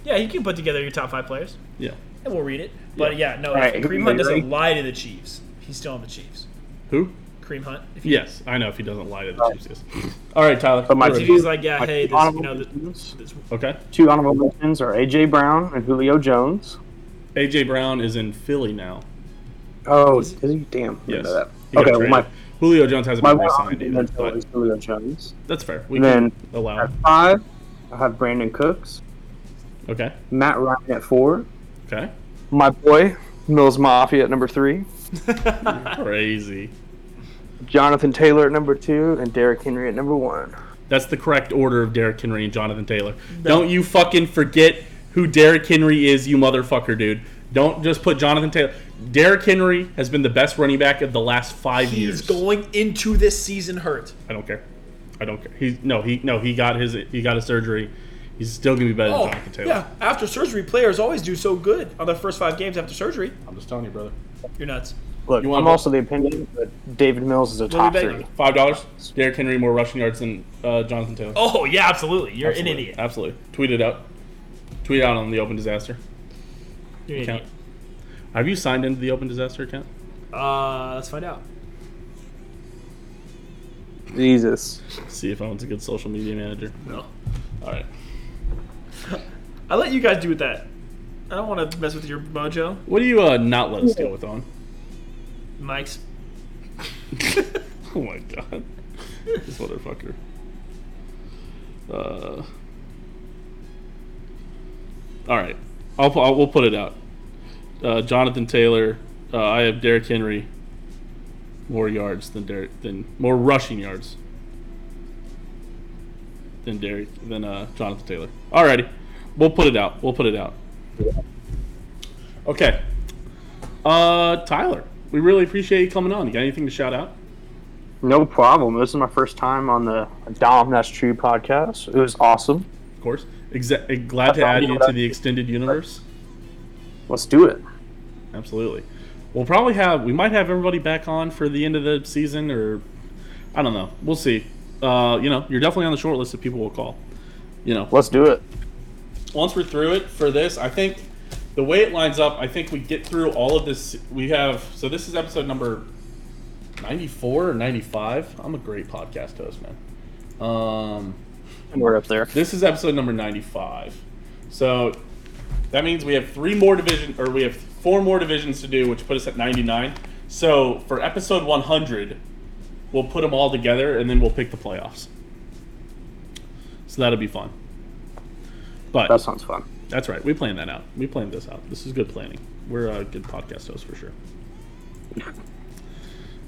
yeah, you can put together your top five players, Yeah. and we'll read it. But yeah, no, All if right, Kareem everybody Hunt ready? doesn't lie to the Chiefs, he's still on the Chiefs. Who? Kareem Hunt. If he, Yes, I know if he doesn't lie to the Chiefs. Yes. All right, Tyler. But my you're if ready. he's like, yeah, hey, this, you honorable know, this, mentions? this, okay. Two honorable mentions are AJ Brown and Julio Jones. AJ Brown is in Philly now. Oh, is he? Damn. I didn't Yes. know that. He got Okay, well, traded. my Julio Jones hasn't my been one re-signed honorable either, mention but is Julio Jones. that's fair. We And can then allow. At Him. five, I have Brandon Cooks. Okay. Matt Ryan at four. Okay. My boy, Mills Mafia at number three, Crazy. Jonathan Taylor at number two, and Derrick Henry at number one. That's the correct order of Derrick Henry and Jonathan Taylor. Don't you fucking forget who Derrick Henry is, you motherfucker, dude. Don't just put Jonathan Taylor. Derrick Henry has been the best running back of the last five years. (laughs) he's going into this season hurt. I don't care. I don't care. He no he no he got his he got his surgery. He's still gonna be better than Oh, Jonathan Taylor. yeah. After surgery, players always do so good on their first five games after surgery. I'm just telling you, brother. You're nuts. Look, wanna I'm go- also the opinion that David Mills is a What top do you bet? three. Five dollars. Derrick Henry more rushing yards than uh, Jonathan Taylor. Oh yeah, absolutely. You're Absolutely. an idiot. Absolutely. Tweet it out. Tweet out on the open disaster You're an account. idiot. Have you signed into the open disaster account? Uh, let's find out. Jesus. See if I was a good social media manager. No. All right. I let you guys do with that. I don't want to mess with your mojo, What do you uh, not let us deal with (laughs) on? (laughs) Mike's. (laughs) Oh my god. this motherfucker. Uh. All right. I'll, pu- I'll we'll put it out. Uh, Jonathan Taylor. Uh, I have Derrick Henry. More yards than Derrick than more rushing yards than Derrick than uh, Jonathan Taylor. Alrighty, we'll put it out. We'll put it out. Okay. Uh, Tyler, we really appreciate you coming on. You got anything to shout out? No problem. This is my first time on the Dom That's True podcast. It was awesome. Of course. Exa- eh, glad to thought add you you were- to the extended universe. Let's do it. Absolutely. We'll probably have we might have everybody back on for the end of the season, or I don't know. We'll see. Uh, you know, you're definitely on the short list of people we'll call. You know, Let's do it. once we're through it for this, I think the way it lines up, I think we get through all of this. We have so this is episode number ninety four or ninety five. I'm a great podcast host, man. Um, And we're up there. this is episode number ninety five, so that means we have three more division or we have four more divisions to do, which put us at ninety nine. So for episode one hundred, we'll put them all together and then we'll pick the playoffs. So that'll be fun. But That sounds fun. that's right. We planned that out. We planned this out. This is good planning. We're a good podcast host for sure.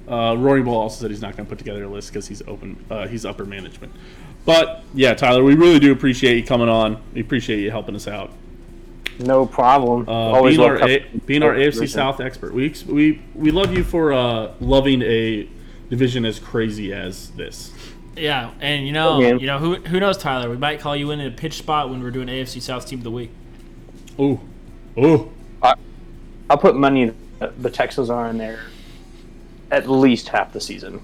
Uh, Roaring Bull also said he's not going to put together a list because he's open. Uh, he's upper management. But yeah, Tyler, we really do appreciate you coming on. We appreciate you helping us out. No problem. Uh, being, our love a- cup- being our AFC division. South expert, we ex- we we love you for uh, loving a division as crazy as this. Yeah, and you know, Yeah. you know who who knows, Tyler? We might call you in at a pitch spot when we're doing AFC South Team of the Week. Oh, oh, I'll put money that the Texans are in there at least half the season.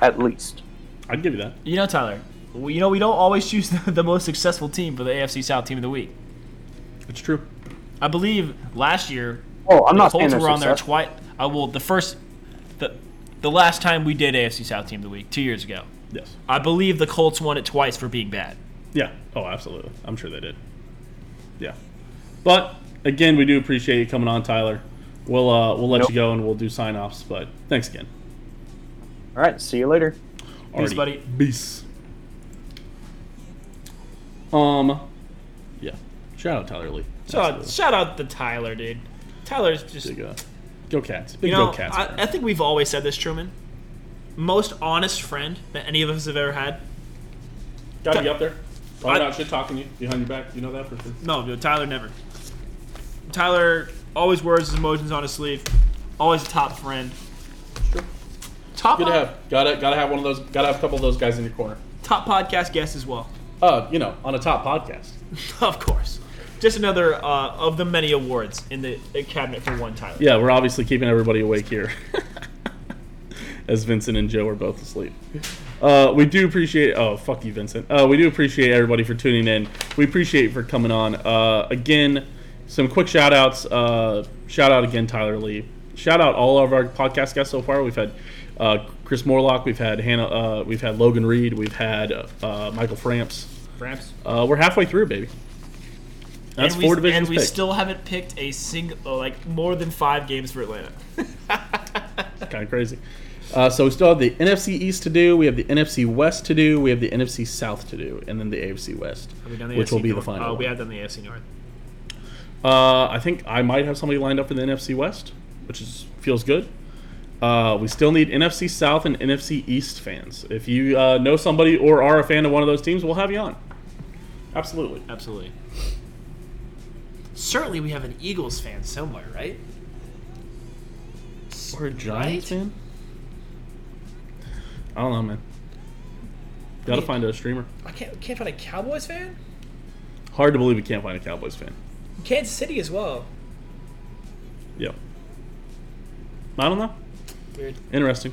At least. I'd give you that. You know, Tyler. We, you know, we don't always choose (laughs) the, the most successful team for the AFC South Team of the Week. It's true. I believe last year Oh, I'm the not saying Colts they're were on there successful. twice. I will the first, the the last time we did AFC South Team of the Week two years ago. Yes. I believe the Colts won it twice for being bad. Yeah. Oh, absolutely. I'm sure they did. Yeah. But again, we do appreciate you coming on, Tyler. We'll uh, we'll let Nope. you go and we'll do sign offs. But thanks again. All right, see you later. Peace, Alrighty. buddy. Peace. Um. Yeah. Shout out Tyler Lee. Shout out, Absolutely. shout out to Tyler, dude. Tyler's just Big, uh, go cats. Big you know. go cats. I, I think we've always said this, Truman. Most honest friend that any of us have ever had. Gotta be up there. Probably I- not Oh, shit talking you behind your back. You know that for sure. No, dude, Tyler never. Tyler always wears his emotions on his sleeve. Always a top friend. Sure. Top Good to pod- have. Gotta gotta have one of those. Gotta have a couple of those guys in your corner. top podcast guest as well. (laughs) Uh, you know, on a top podcast. Of course. Just another uh, of the many awards in the uh, cabinet for one Tyler. Yeah, we're obviously keeping everybody awake (laughs) here, as Vincent and Joe are both asleep. Uh, we do appreciate. Oh, fuck you, Vincent. Uh, we do appreciate everybody for tuning in. We appreciate you for coming on. Uh, again, some quick shout outs. Uh, shout out again, Tyler Lee. Shout out all of our podcast guests so far. We've had uh, Chris Morlock. We've had Hannah. Uh, we've had Logan Reed. We've had uh, Michael Framps. Perhaps. Uh, we're halfway through, baby. That's and we, four divisions. And we picked. still haven't picked a single, like more than five games for Atlanta. (laughs) kind of crazy. Uh, so we still have the NFC East to do. We have the NFC West to do. We have the NFC South to do, and then the AFC West, We done the which AFC will be the North. final. Uh, we one. have done the AFC North. Uh, I think I might have somebody lined up for the NFC West, which is feels good. Uh, we still need NFC South and NFC East fans. If you uh, know somebody or are a fan of one of those teams, we'll have you on. Absolutely. Absolutely. Certainly, we have an Eagles fan somewhere, right? Or a Giants Right? fan? I don't know, man. Gotta Yeah. find a streamer. I can't can't find a Cowboys fan. Hard to believe we can't find a Cowboys fan. Kansas City as well. Yeah. I don't know. Weird. Interesting.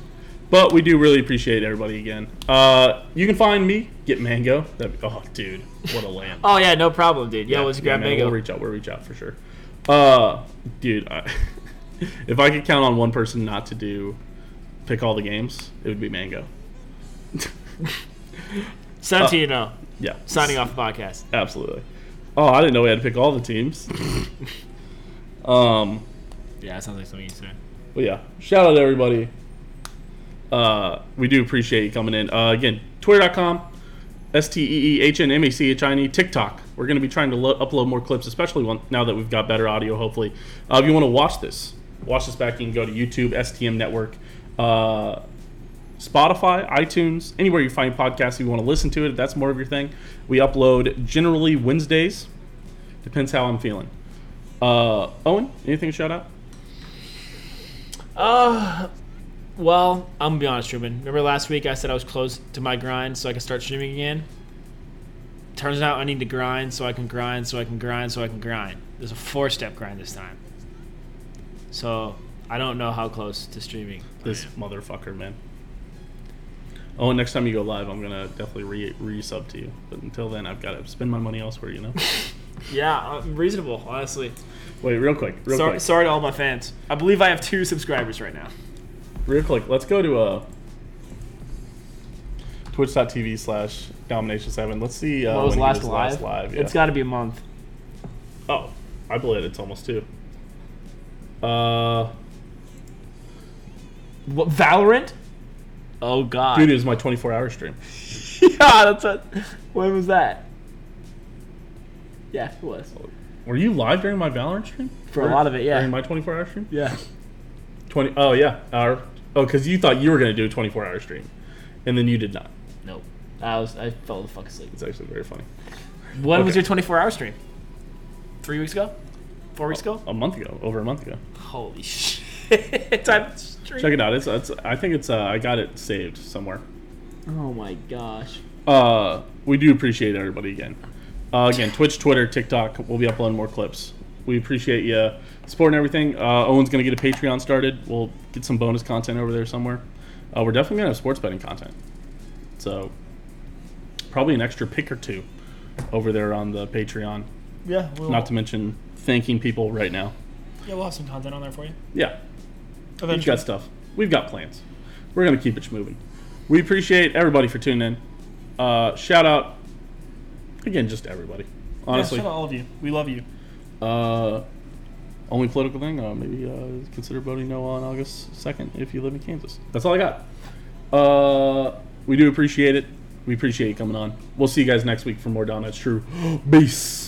But we do really appreciate everybody again. Uh, you can find me, get Mango. That'd be, oh, dude, (laughs) what a lamb. Oh yeah, no problem, dude. Yeah, let's grab man, Mango. We'll reach out. We'll reach out for sure. Uh, dude, I, (laughs) if I could count on one person not to do pick all the games, it would be Mango. Seventeen oh. Yeah. Signing off the podcast. Absolutely. Oh, I didn't know we had to pick all the (laughs) teams. um, Yeah, that sounds like something you said. But yeah, shout out to everybody. Uh, we do appreciate you coming in. Uh, again, twitter.com, S T E E H N M A C H I N E, TikTok. We're going to be trying to lo- upload more clips, especially one- now that we've got better audio, hopefully. Uh, if you want to watch this, watch this back, you can go to YouTube, STM Network, uh, Spotify, iTunes, anywhere you find podcasts, if you want to listen to it, if that's more of your thing. We upload generally Wednesdays. Depends how I'm feeling. Uh, Owen, anything to shout out? Uh, well, I'm gonna be honest, Ruben. Remember last week I said I was close to my grind, so I can start streaming again. Turns out I need to grind, so I can grind, so I can grind, so I can grind. There's a four-step grind this time. So I don't know how close to streaming. This motherfucker, man. Oh, and next time you go live, I'm gonna definitely re resub to you. But until then, I've got to spend my money elsewhere. You (laughs) know. Yeah, I'm reasonable, honestly. Wait, real quick, real Sorry, quick, sorry to all my fans. I believe I have two subscribers right now. real quick. Let's go to uh, twitch.tv slash domination seven. Let's see. Uh, What was when he last was live? live, yeah. It's got to be a month. Oh, I believe it's almost two. Uh, What, Valorant? Oh God. dude, it was my 24 hour stream. (laughs) yeah, that's it. When was that? Yeah, it was Oh, Were you live during my Valorant stream? for a lot of it. Yeah. During my 24 hour stream? yeah. 20. Oh yeah. Our, oh, because you thought you were gonna do a 24 hour stream, and then you did not. Nope. I was. I fell the fuck asleep. It's actually very funny. When was Okay. your 24-hour stream? Three weeks ago? Four weeks ago? A month ago, over a month ago. Holy (laughs) shit! I'm streaming. Check it out. It's, it's I think it's uh, I got it saved somewhere. Oh my gosh. Uh, we do appreciate everybody again. Uh, again, Twitch, Twitter, TikTok. We'll be uploading more clips. We appreciate you supporting everything. Uh, Owen's gonna get a Patreon started. We'll get some bonus content over there somewhere. Uh, we're definitely gonna have sports betting content. So probably an extra pick or two over there on the Patreon. Yeah. We'll, Not to mention thanking people right now. yeah, we'll have some content on there for you. Yeah, We've got stuff. We've got plans. We're gonna keep it moving. We appreciate everybody for tuning in. Uh, shout out again, just everybody. Honestly, all of you. We love you. uh, only political thing. Uh, maybe uh, consider voting no on August second if you live in Kansas. That's all I got. Uh, (gasps) we do appreciate it. We appreciate you coming on. We'll see you guys next week for more Down That's True. Peace.